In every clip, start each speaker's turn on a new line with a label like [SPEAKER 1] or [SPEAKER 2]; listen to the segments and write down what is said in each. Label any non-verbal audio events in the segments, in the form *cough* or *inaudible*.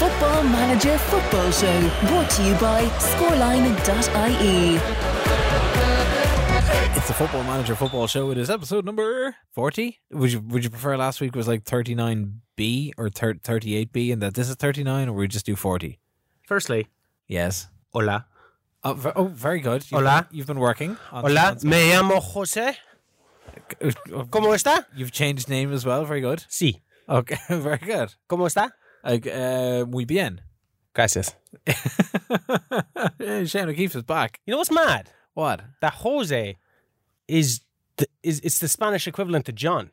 [SPEAKER 1] Football Manager Football Show, brought to you by scoreline.ie.
[SPEAKER 2] It's the Football Manager Football Show. It is episode number 40. Would you would you prefer last week was like 39B or thir- 38B and that this is 39 or we just do 40?
[SPEAKER 3] Firstly,
[SPEAKER 2] Yes.
[SPEAKER 3] hola.
[SPEAKER 2] Oh, ve- oh very good. You've
[SPEAKER 3] Hola.
[SPEAKER 2] Been, you've been working. On,
[SPEAKER 3] Hola,
[SPEAKER 2] on-
[SPEAKER 3] me llamo José. ¿Cómo está?
[SPEAKER 2] *laughs* You've changed name as well. Very good.
[SPEAKER 3] Sí.
[SPEAKER 2] Okay. *laughs* Very good.
[SPEAKER 3] ¿Cómo está?
[SPEAKER 2] Like, uh, muy bien. *laughs*
[SPEAKER 3] Gracias.
[SPEAKER 2] Shane O'Keefe is back.
[SPEAKER 3] You know what's mad?
[SPEAKER 2] What?
[SPEAKER 3] That Jose is the, is it's the Spanish equivalent to John.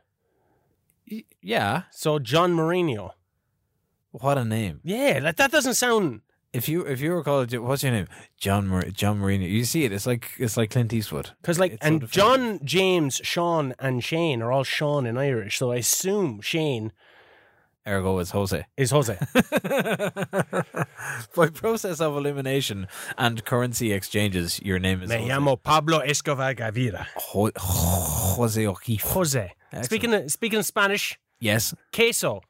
[SPEAKER 2] Y- yeah.
[SPEAKER 3] So John Mourinho.
[SPEAKER 2] What a name.
[SPEAKER 3] Yeah, like that doesn't sound.
[SPEAKER 2] If you if you were called what's your name? John Mar- John Marino. You see it. It's like it's like Clint Eastwood.
[SPEAKER 3] Because like,
[SPEAKER 2] It's so
[SPEAKER 3] and
[SPEAKER 2] definitive.
[SPEAKER 3] John, James, Sean, and Shane are all Sean in Irish, so I assume Shane
[SPEAKER 2] Ergo is Jose. *laughs*
[SPEAKER 3] is *laughs* Jose.
[SPEAKER 2] By process of elimination and currency exchanges, your name is
[SPEAKER 3] Me
[SPEAKER 2] Jose,
[SPEAKER 3] llamo Pablo Escobar Gavira.
[SPEAKER 2] Jo- Jose O'Keefe.
[SPEAKER 3] Jose.
[SPEAKER 2] Excellent.
[SPEAKER 3] Speaking of, speaking of Spanish,
[SPEAKER 2] Yes.
[SPEAKER 3] queso.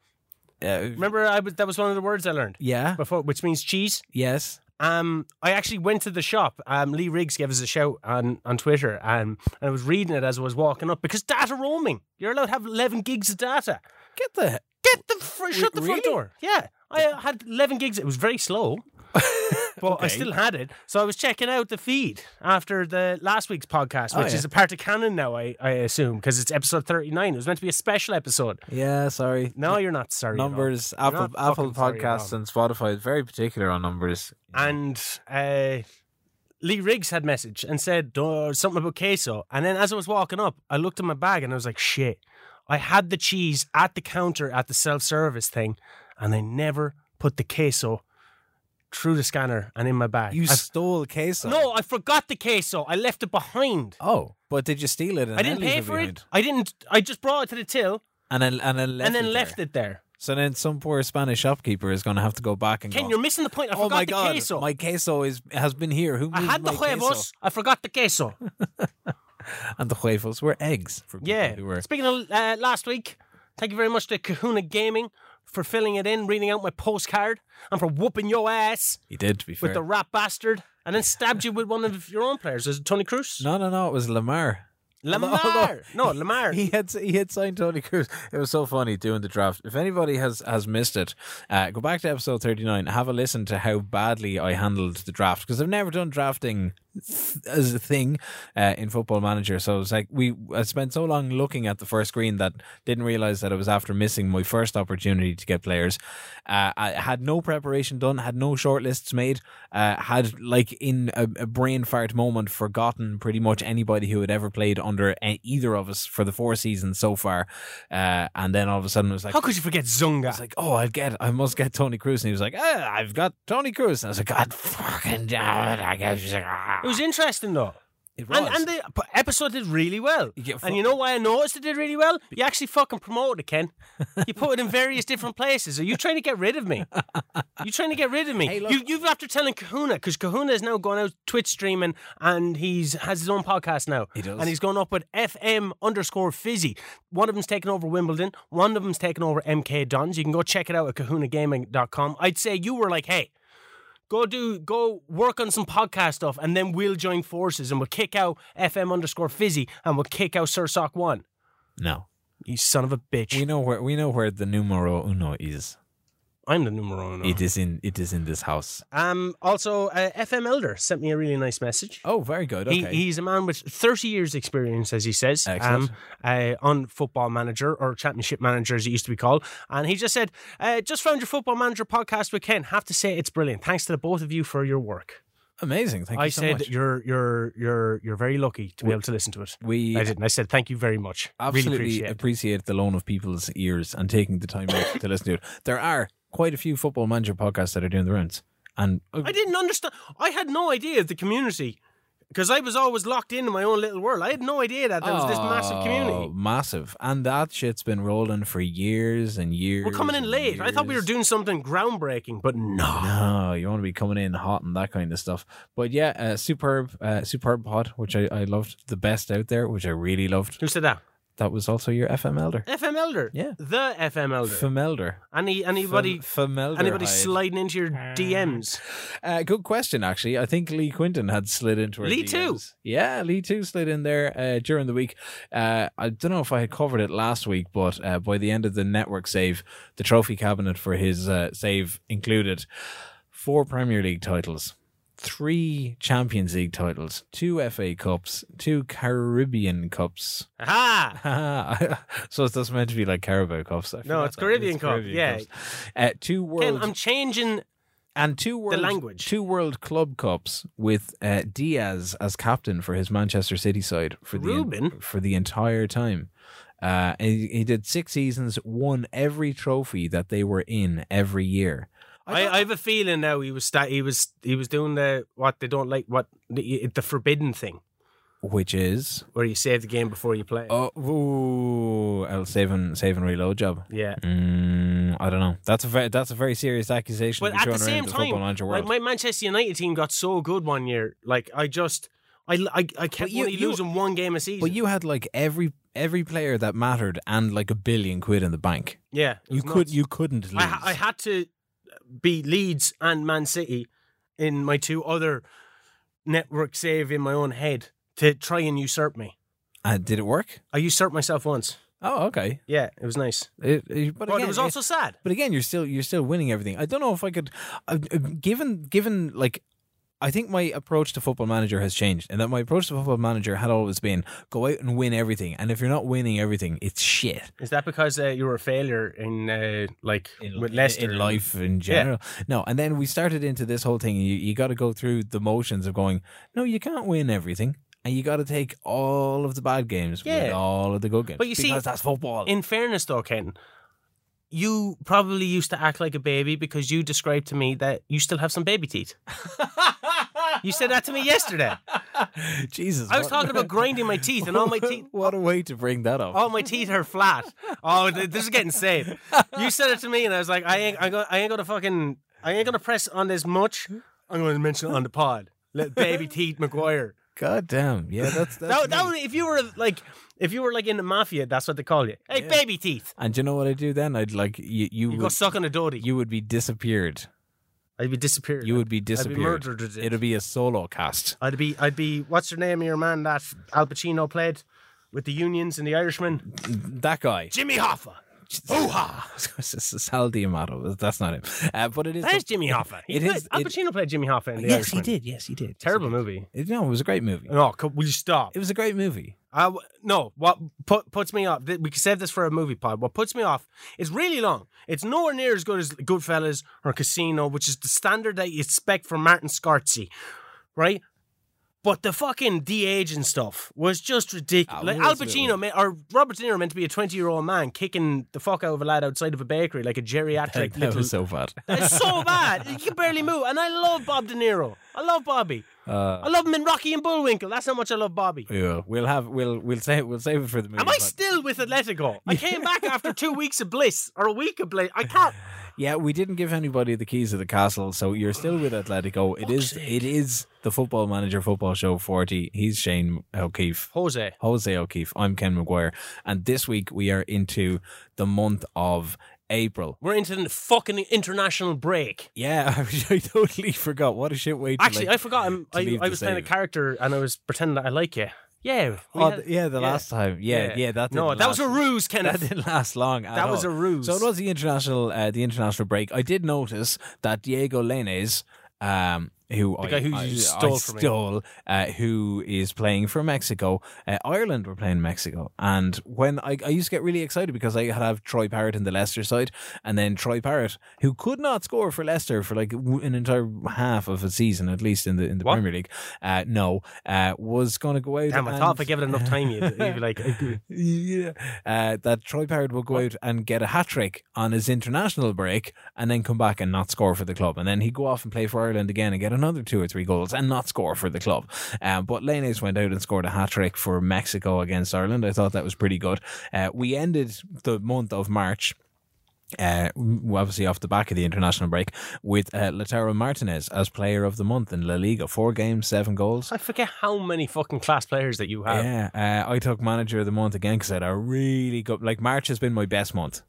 [SPEAKER 2] Uh,
[SPEAKER 3] Remember, I was, that was one of the words I learned
[SPEAKER 2] yeah.
[SPEAKER 3] before, which means cheese.
[SPEAKER 2] Yes.
[SPEAKER 3] Um, I actually went to the shop. Um, Lee Riggs gave us a shout on, on Twitter, um, and I was reading it as I was walking up because data roaming. You're allowed to have 11 gigs of data.
[SPEAKER 2] Get the.
[SPEAKER 3] Get the fr- shut the
[SPEAKER 2] really?
[SPEAKER 3] front door. Yeah, I uh, had 11 gigs. It was very
[SPEAKER 2] *laughs*
[SPEAKER 3] slow, but I
[SPEAKER 2] Okay.
[SPEAKER 3] still had it. So I was checking out the feed after the last week's podcast,
[SPEAKER 2] Oh,
[SPEAKER 3] which
[SPEAKER 2] yeah.
[SPEAKER 3] is a part of canon now. I, I assume because it's episode 39. It was meant to be a special episode.
[SPEAKER 2] Yeah. Sorry.
[SPEAKER 3] No, you're not sorry. at all.
[SPEAKER 2] numbers.
[SPEAKER 3] You're
[SPEAKER 2] Apple
[SPEAKER 3] not
[SPEAKER 2] Apple
[SPEAKER 3] fucking sorry at
[SPEAKER 2] Podcasts
[SPEAKER 3] all.
[SPEAKER 2] and Spotify is very particular on numbers.
[SPEAKER 3] and
[SPEAKER 2] Mm-hmm.
[SPEAKER 3] uh, Lee Riggs had message and said "Duh, something about queso. And then as I was walking up, I looked in my bag and I was like, shit, I had the cheese at the counter at the self service thing, and I never put the queso through the scanner and in my bag.
[SPEAKER 2] You
[SPEAKER 3] I-
[SPEAKER 2] stole queso.
[SPEAKER 3] no, I forgot the queso. I left it behind.
[SPEAKER 2] Oh, but did you steal it? And
[SPEAKER 3] I didn't
[SPEAKER 2] then leave
[SPEAKER 3] pay for
[SPEAKER 2] behind?
[SPEAKER 3] it. I didn't. I just brought it to the till
[SPEAKER 2] And then and then left
[SPEAKER 3] and then
[SPEAKER 2] it
[SPEAKER 3] left
[SPEAKER 2] there.
[SPEAKER 3] it there.
[SPEAKER 2] So then some poor Spanish shopkeeper is going to have to go back and
[SPEAKER 3] Ken,
[SPEAKER 2] go.
[SPEAKER 3] you're missing the point. I
[SPEAKER 2] oh
[SPEAKER 3] forgot
[SPEAKER 2] my
[SPEAKER 3] the
[SPEAKER 2] god,
[SPEAKER 3] queso.
[SPEAKER 2] my queso is has been here. Who
[SPEAKER 3] I
[SPEAKER 2] moved
[SPEAKER 3] had the
[SPEAKER 2] my queso?
[SPEAKER 3] huevos. I forgot the queso.
[SPEAKER 2] And the huevos were eggs. For people
[SPEAKER 3] Yeah.
[SPEAKER 2] who were
[SPEAKER 3] Speaking of uh, last week, thank you very much to Kahuna Gaming for filling it in, reading out my postcard, and for whooping your ass
[SPEAKER 2] he did to be fair.
[SPEAKER 3] with the rap bastard, and then stabbed you with one of your own players. Was it Tony Cruz?
[SPEAKER 2] no, no, no. It was Lamar.
[SPEAKER 3] Lamar.
[SPEAKER 2] *laughs* Although-
[SPEAKER 3] no, Lamar.
[SPEAKER 2] He had he had signed Tony Cruz. It was so funny doing the draft. If anybody has has missed it, uh, go back to episode thirty nine. Have a listen to how badly I handled the draft because I've never done drafting th- as a thing uh, in Football Manager. So it's like we I spent so long looking at the first screen that didn't realize that it was after missing my first opportunity to get players. Uh, I had no preparation done, had no shortlists made, uh, had like in a, a brain fart moment forgotten pretty much anybody who had ever played under a- either of us for the four seasons so far. Uh, and then all of a sudden it was like,
[SPEAKER 3] How could you forget Zunga?
[SPEAKER 2] I was like, oh, I'll get, I must get Tony Cruz. And he was like, ah, I've got Tony Cruz. And I was like, God fucking damn it. I guess.
[SPEAKER 3] it was interesting though.
[SPEAKER 2] It was.
[SPEAKER 3] And, and the p- episode did really well.
[SPEAKER 2] You get
[SPEAKER 3] and you know why I noticed it did really well? You actually fucking promoted
[SPEAKER 2] *laughs*
[SPEAKER 3] it, Ken. You put it in various different places. Are you trying to get rid
[SPEAKER 2] *laughs*
[SPEAKER 3] of me? You trying to get rid of me?
[SPEAKER 2] Hey, look-
[SPEAKER 3] you, you've after telling Kahuna because Kahuna is now going out Twitch streaming and he's has his own podcast now.
[SPEAKER 2] He does.
[SPEAKER 3] And he's going up with FM underscore Fizzy. One of them's taking over Wimbledon. One of them's taking over MK Dons. You can go check it out at KahunaGaming.com. I'd say you were like, hey. Go do go work on some podcast stuff, and then we'll join forces, and we'll kick out FM underscore Fizzy, and we'll kick out Sir Sock One.
[SPEAKER 2] no.
[SPEAKER 3] You son of a bitch!
[SPEAKER 2] We know where we know where the numero uno is.
[SPEAKER 3] I'm the numero uno.
[SPEAKER 2] It is in it is in this house.
[SPEAKER 3] Um. Also, uh, FM Elder sent me a really nice message.
[SPEAKER 2] Oh, very good.
[SPEAKER 3] He,
[SPEAKER 2] Okay.
[SPEAKER 3] he's a man with 30 years' experience, as he says, um,
[SPEAKER 2] Excellent.
[SPEAKER 3] uh, on football manager or championship manager, as it used to be called. And he just said, uh, Just found your football manager podcast with Ken. Have to say it's brilliant. Thanks to the both of you for your work.
[SPEAKER 2] Amazing. Thank
[SPEAKER 3] I
[SPEAKER 2] you so
[SPEAKER 3] said,
[SPEAKER 2] much.
[SPEAKER 3] You're, you're, you're, you're very lucky to be able to listen to it.
[SPEAKER 2] we
[SPEAKER 3] I didn't. I said, Thank you very much.
[SPEAKER 2] absolutely
[SPEAKER 3] really appreciate
[SPEAKER 2] appreciate.
[SPEAKER 3] it.
[SPEAKER 2] the loan of people's ears and taking the time out to listen to it. There are quite a few football manager podcasts that are doing the rounds. And uh,
[SPEAKER 3] I didn't understand. I had no idea of the community because I was always locked in my own little world. I had no idea that there was this massive
[SPEAKER 2] Oh,
[SPEAKER 3] community.
[SPEAKER 2] Massive. And that shit's been rolling for years and years.
[SPEAKER 3] We're coming in
[SPEAKER 2] and
[SPEAKER 3] late. I thought we were
[SPEAKER 2] years.
[SPEAKER 3] doing something groundbreaking, but no.
[SPEAKER 2] No, you want to be coming in hot and that kind of stuff. But yeah, uh, superb, uh, superb pod, which I, I loved the best out there, which I really loved.
[SPEAKER 3] Who said that?
[SPEAKER 2] That was also your FM Elder.
[SPEAKER 3] FM Elder.
[SPEAKER 2] Yeah.
[SPEAKER 3] The FM Elder.
[SPEAKER 2] Femelder.
[SPEAKER 3] Any anybody
[SPEAKER 2] Femelder.
[SPEAKER 3] anybody sliding into your DMs?
[SPEAKER 2] Uh, good question, actually. I think Lee Quinton had slid into her.
[SPEAKER 3] Lee too.
[SPEAKER 2] DMs. Yeah, Lee too slid in there uh, during the week. Uh, I don't know if I had covered it last week, but uh, by the end of the network save, the trophy cabinet for his uh, save included four Premier League titles. Three Champions League titles, two FA Cups, two Caribbean Cups. *laughs*
[SPEAKER 3] Aha!
[SPEAKER 2] so it's that's meant to be like Carabao Cups. I forgot
[SPEAKER 3] it's
[SPEAKER 2] that.
[SPEAKER 3] Caribbean Cup, yeah.
[SPEAKER 2] Cups. Uh, two World
[SPEAKER 3] Ken, I'm changing.
[SPEAKER 2] and two world
[SPEAKER 3] language.
[SPEAKER 2] two world club cups with uh, Diaz as captain for his Manchester City side for the
[SPEAKER 3] Ruben?
[SPEAKER 2] for the entire time. Uh, and he, he did six seasons, won every trophy that they were in every year.
[SPEAKER 3] I, I have a feeling now he was sta he was he was doing the what they don't like what the, the forbidden thing
[SPEAKER 2] Which is
[SPEAKER 3] where you save the game before you play. it.
[SPEAKER 2] oh, ooh, I'll save and save and reload job.
[SPEAKER 3] Yeah.
[SPEAKER 2] Mm, I don't know. That's a very that's a very serious accusation. to
[SPEAKER 3] But
[SPEAKER 2] be
[SPEAKER 3] at the
[SPEAKER 2] thrown around
[SPEAKER 3] same
[SPEAKER 2] the
[SPEAKER 3] time,
[SPEAKER 2] football manager
[SPEAKER 3] like
[SPEAKER 2] world.
[SPEAKER 3] my Manchester United team got so good one year. Like I just, I, I, I kept
[SPEAKER 2] you-
[SPEAKER 3] only
[SPEAKER 2] you-
[SPEAKER 3] losing one game a season.
[SPEAKER 2] but you had like every every player that mattered and like a billion quid in the bank.
[SPEAKER 3] yeah, it
[SPEAKER 2] You
[SPEAKER 3] was
[SPEAKER 2] could
[SPEAKER 3] nuts.
[SPEAKER 2] you couldn't lose.
[SPEAKER 3] I, ha- I had to be Leeds and Man City in my two other network save in my own head to try and usurp me.
[SPEAKER 2] Uh, did it work?
[SPEAKER 3] I usurped myself once.
[SPEAKER 2] Oh, okay.
[SPEAKER 3] Yeah, it was nice,
[SPEAKER 2] It- it- but
[SPEAKER 3] but, it
[SPEAKER 2] again,
[SPEAKER 3] was also sad.
[SPEAKER 2] but again, you're still you're still winning everything. I don't know if I could, uh, uh, given given like. I think my approach to Football Manager has changed, and that my approach to Football Manager had always been go out and win everything, and if you're not winning everything, it's shit.
[SPEAKER 3] Is that because uh, you were a failure in uh, like with Leicester?
[SPEAKER 2] in life in general, no. And then we started into this whole thing. You you got to go through the motions of going, no, you can't win everything, and you got to take all of the bad games
[SPEAKER 3] Yeah.
[SPEAKER 2] with all of the good games.
[SPEAKER 3] But you see,
[SPEAKER 2] because that's football.
[SPEAKER 3] In fairness, though, Ken, you probably used to act like a baby because you described to me that you still have some baby *laughs* teeth. you said that to me yesterday.
[SPEAKER 2] Jesus,
[SPEAKER 3] I was
[SPEAKER 2] what- *laughs*
[SPEAKER 3] talking about grinding my teeth, and all my *laughs* teeth. Oh.
[SPEAKER 2] What a way to bring that up.
[SPEAKER 3] All my teeth are flat. Oh, th- this is getting saved. You said it to me, and I was like, I ain't, I, go, I ain't gonna fucking, I ain't gonna press on this much. I'm gonna mention it on the pod. Let *laughs* baby teeth McGuire.
[SPEAKER 2] God damn. Yeah, that's, that's
[SPEAKER 3] *laughs* That, that
[SPEAKER 2] me.
[SPEAKER 3] would, if you were like, if you were like in the mafia, that's what they call you. Hey, baby teeth.
[SPEAKER 2] And you know what I do then? I'd like you you,
[SPEAKER 3] You go
[SPEAKER 2] would,
[SPEAKER 3] suck on a dodie.
[SPEAKER 2] you would be disappeared.
[SPEAKER 3] I'd be disappeared.
[SPEAKER 2] You would be
[SPEAKER 3] I'd be
[SPEAKER 2] disappeared.
[SPEAKER 3] murdered. I'd be,
[SPEAKER 2] It'll be a solo cast.
[SPEAKER 3] I'd be, What's your name? of Your man that Al Pacino played with the unions and the Irishman.
[SPEAKER 2] That guy. *laughs*
[SPEAKER 3] Jimmy Hoffa.
[SPEAKER 2] Hoo-ha! Sal Diamato. but That's not him. Uh, but it is.
[SPEAKER 3] That's Jimmy Hoffa. He
[SPEAKER 2] It
[SPEAKER 3] played-
[SPEAKER 2] is-
[SPEAKER 3] Al
[SPEAKER 2] it-
[SPEAKER 3] Pacino played Jimmy Hoffa in the
[SPEAKER 2] yes,
[SPEAKER 3] Irishman.
[SPEAKER 2] he did. Yes, he did.
[SPEAKER 3] Terrible movie.
[SPEAKER 2] It- no, it was a great movie.
[SPEAKER 3] No, co- Oh, will you stop?
[SPEAKER 2] It was a great movie.
[SPEAKER 3] I w no, what put, puts me off? th- We can save this for a movie pod. What puts me off? It's really long. It's nowhere near as good as Goodfellas or Casino, which is the standard that you expect from Martin Scorsese, right? But the fucking de aging stuff was just ridiculous.
[SPEAKER 2] Ah,
[SPEAKER 3] like
[SPEAKER 2] well,
[SPEAKER 3] Al
[SPEAKER 2] that's a bit
[SPEAKER 3] Pacino ma- or Robert De Niro meant to be a twenty-year-old man kicking the fuck out of a lad outside of a bakery like a
[SPEAKER 2] Like,
[SPEAKER 3] geriatric
[SPEAKER 2] that
[SPEAKER 3] little.
[SPEAKER 2] was
[SPEAKER 3] *laughs*
[SPEAKER 2] so bad.
[SPEAKER 3] it's so bad. You can barely move. And I love Bob De Niro. I love Bobby.
[SPEAKER 2] Uh.
[SPEAKER 3] I love him in Rocky and Bullwinkle. That's how much I love Bobby.
[SPEAKER 2] Yeah, we'll have we'll we'll save we'll save it for the movie.
[SPEAKER 3] Am I
[SPEAKER 2] pod.
[SPEAKER 3] still with Atletico? I came back
[SPEAKER 2] *laughs*
[SPEAKER 3] after two weeks of bliss or a week of bliss. I can't.
[SPEAKER 2] Yeah, we didn't give anybody the keys of the castle, so you're still with Atletico. It is it is the Football Manager Football Show 40. He's Shane O'Keefe.
[SPEAKER 3] Jose.
[SPEAKER 2] *sighs* Jose O'Keefe. I'm Ken McGuire. And this week we are into the month of April.
[SPEAKER 3] We're into the fucking international break.
[SPEAKER 2] Yeah, *laughs* I totally forgot. What a shit way to
[SPEAKER 3] Actually,
[SPEAKER 2] like,
[SPEAKER 3] I forgot. I'm,
[SPEAKER 2] to
[SPEAKER 3] I,
[SPEAKER 2] leave
[SPEAKER 3] I
[SPEAKER 2] the
[SPEAKER 3] was playing a
[SPEAKER 2] save.
[SPEAKER 3] character and I was pretending that I like you. Yeah. we
[SPEAKER 2] Oh,
[SPEAKER 3] had-
[SPEAKER 2] th- yeah, the last time. Yeah, yeah, that
[SPEAKER 3] No,
[SPEAKER 2] didn't
[SPEAKER 3] that was a
[SPEAKER 2] last.
[SPEAKER 3] ruse,
[SPEAKER 2] That
[SPEAKER 3] Kenneth.
[SPEAKER 2] didn't last long. at
[SPEAKER 3] That was
[SPEAKER 2] all.
[SPEAKER 3] a ruse.
[SPEAKER 2] So it was the international, uh, the international break. I did notice that Diego Lainez, um, who I,
[SPEAKER 3] guy who you
[SPEAKER 2] I,
[SPEAKER 3] stole
[SPEAKER 2] I
[SPEAKER 3] from me.
[SPEAKER 2] stole, uh, who is playing for Mexico, uh, Ireland were playing Mexico, and when I, I used to get really excited because I had have Troy Parrott in the Leicester side, and then Troy Parrott, who could not score for Leicester for like w- an entire half of a season, at least in the in the
[SPEAKER 3] What?
[SPEAKER 2] Premier League, uh, no, uh, was going to go out.
[SPEAKER 3] *laughs* Damn, I
[SPEAKER 2] and-
[SPEAKER 3] thought if I gave it enough time, you'd, you'd
[SPEAKER 2] *laughs*
[SPEAKER 3] be like, *laughs* "Okay."
[SPEAKER 2] yeah, uh, that Troy Parrott will go out and get a hat trick on his international break and then come back and not score for the club. And then he'd go off and play for Ireland again and get another two or three goals and not score for the club. Um, but Lainez went out and scored a hat trick for Mexico against Ireland. I thought that was pretty good. Uh, we ended the month of March uh, w- obviously off the back of the international break, with uh, Lautaro Martinez as player of the month in La Liga. Four games, seven goals.
[SPEAKER 3] I forget how many fucking class players that you have.
[SPEAKER 2] Yeah, uh, I took manager of the month again because I had a really good. Like March has been my best month,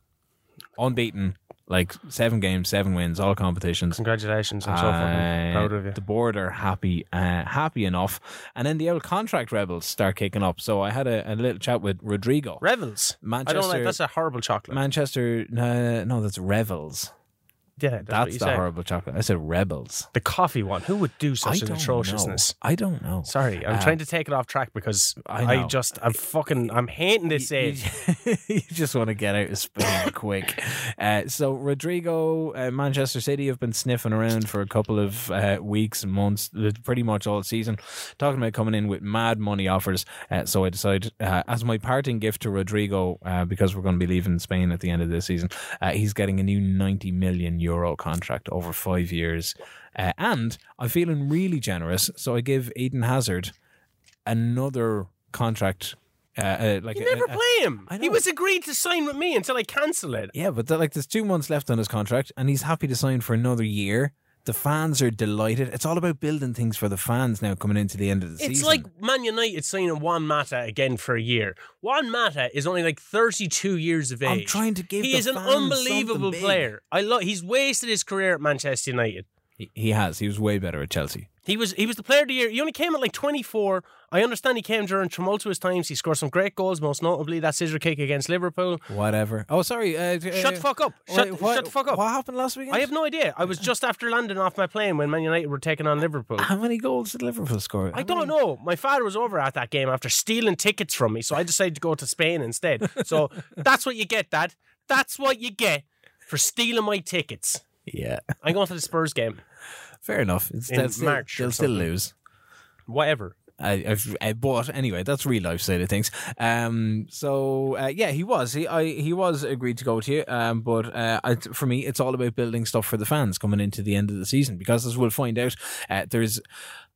[SPEAKER 2] unbeaten. Like seven games, seven wins, all competitions.
[SPEAKER 3] Congratulations! I'm so fucking
[SPEAKER 2] Uh,
[SPEAKER 3] proud of you.
[SPEAKER 2] The board are happy, uh, happy enough, and then the old contract rebels start kicking up. So I had a, a little chat with Rodrigo.
[SPEAKER 3] Revels. I don't
[SPEAKER 2] Manchester-
[SPEAKER 3] like. That's a horrible chocolate.
[SPEAKER 2] Manchester, no, no, that's Revels.
[SPEAKER 3] yeah, that's, what
[SPEAKER 2] That's
[SPEAKER 3] you
[SPEAKER 2] the
[SPEAKER 3] say.
[SPEAKER 2] horrible chocolate. I said Rebels.
[SPEAKER 3] The coffee one. Who would do such
[SPEAKER 2] I
[SPEAKER 3] an
[SPEAKER 2] don't
[SPEAKER 3] atrociousness?
[SPEAKER 2] Know. I don't know.
[SPEAKER 3] Sorry, I'm
[SPEAKER 2] Uh,
[SPEAKER 3] trying to take it off track because
[SPEAKER 2] I
[SPEAKER 3] I,
[SPEAKER 2] know.
[SPEAKER 3] just I'm fucking I'm hating this age.
[SPEAKER 2] *laughs* You, you just want to get out of Spain *laughs* quick. Uh, so Rodrigo, uh, Manchester City have been sniffing around for a couple of uh, weeks and months, pretty much all season, talking about coming in with mad money offers. Uh, so I decided, uh, as my parting gift to Rodrigo, uh, because we're going to be leaving Spain at the end of this season, uh, he's getting a new 90 million euro contract over five years. Uh, and I'm feeling really generous, so I give Eden Hazard another contract. Uh, uh, like
[SPEAKER 3] You
[SPEAKER 2] a-
[SPEAKER 3] never
[SPEAKER 2] a-
[SPEAKER 3] play him.
[SPEAKER 2] I
[SPEAKER 3] He
[SPEAKER 2] know.
[SPEAKER 3] was agreed to sign with me until I cancel it.
[SPEAKER 2] yeah, but there- like there's two months left on his contract, and he's happy to sign for another year. The fans are delighted. It's all about building things for the fans now coming into the end of the season.
[SPEAKER 3] It's like Man United signing Juan Mata again for a year. Juan Mata is only like 32 years of age.
[SPEAKER 2] I'm trying to give.
[SPEAKER 3] he
[SPEAKER 2] the
[SPEAKER 3] is an
[SPEAKER 2] fans something
[SPEAKER 3] unbelievable
[SPEAKER 2] big.
[SPEAKER 3] player. I love. He's wasted his career at Manchester United.
[SPEAKER 2] He, he has. He was way better at Chelsea.
[SPEAKER 3] He was he was the player of the year. He only came at like 24. I understand he came during tumultuous times. He scored some great goals, most notably that scissor kick against Liverpool.
[SPEAKER 2] Whatever. Oh, sorry. Uh,
[SPEAKER 3] Shut the fuck up. Shut, shut the fuck up.
[SPEAKER 2] What happened last weekend?
[SPEAKER 3] I have no idea. I was just after landing off my plane when Man United were taking on Liverpool.
[SPEAKER 2] How many goals did Liverpool score?
[SPEAKER 3] I don't know. My father was over at that game after stealing tickets from me, so I decided to go to Spain instead.
[SPEAKER 2] *laughs*
[SPEAKER 3] So that's what you get, Dad. That's what you get for stealing my tickets.
[SPEAKER 2] Yeah. *laughs*
[SPEAKER 3] I'm going to the Spurs game.
[SPEAKER 2] Fair enough. It's,
[SPEAKER 3] In
[SPEAKER 2] they'll still,
[SPEAKER 3] March or
[SPEAKER 2] they'll still
[SPEAKER 3] something.
[SPEAKER 2] lose.
[SPEAKER 3] Whatever.
[SPEAKER 2] I, I've, I bought anyway. That's real life side of things. Um, so uh, yeah, he was he I, he was agreed to go to you. Um, but uh, I, for me, it's all about building stuff for the fans coming into the end of the season because as we'll find out, uh, there's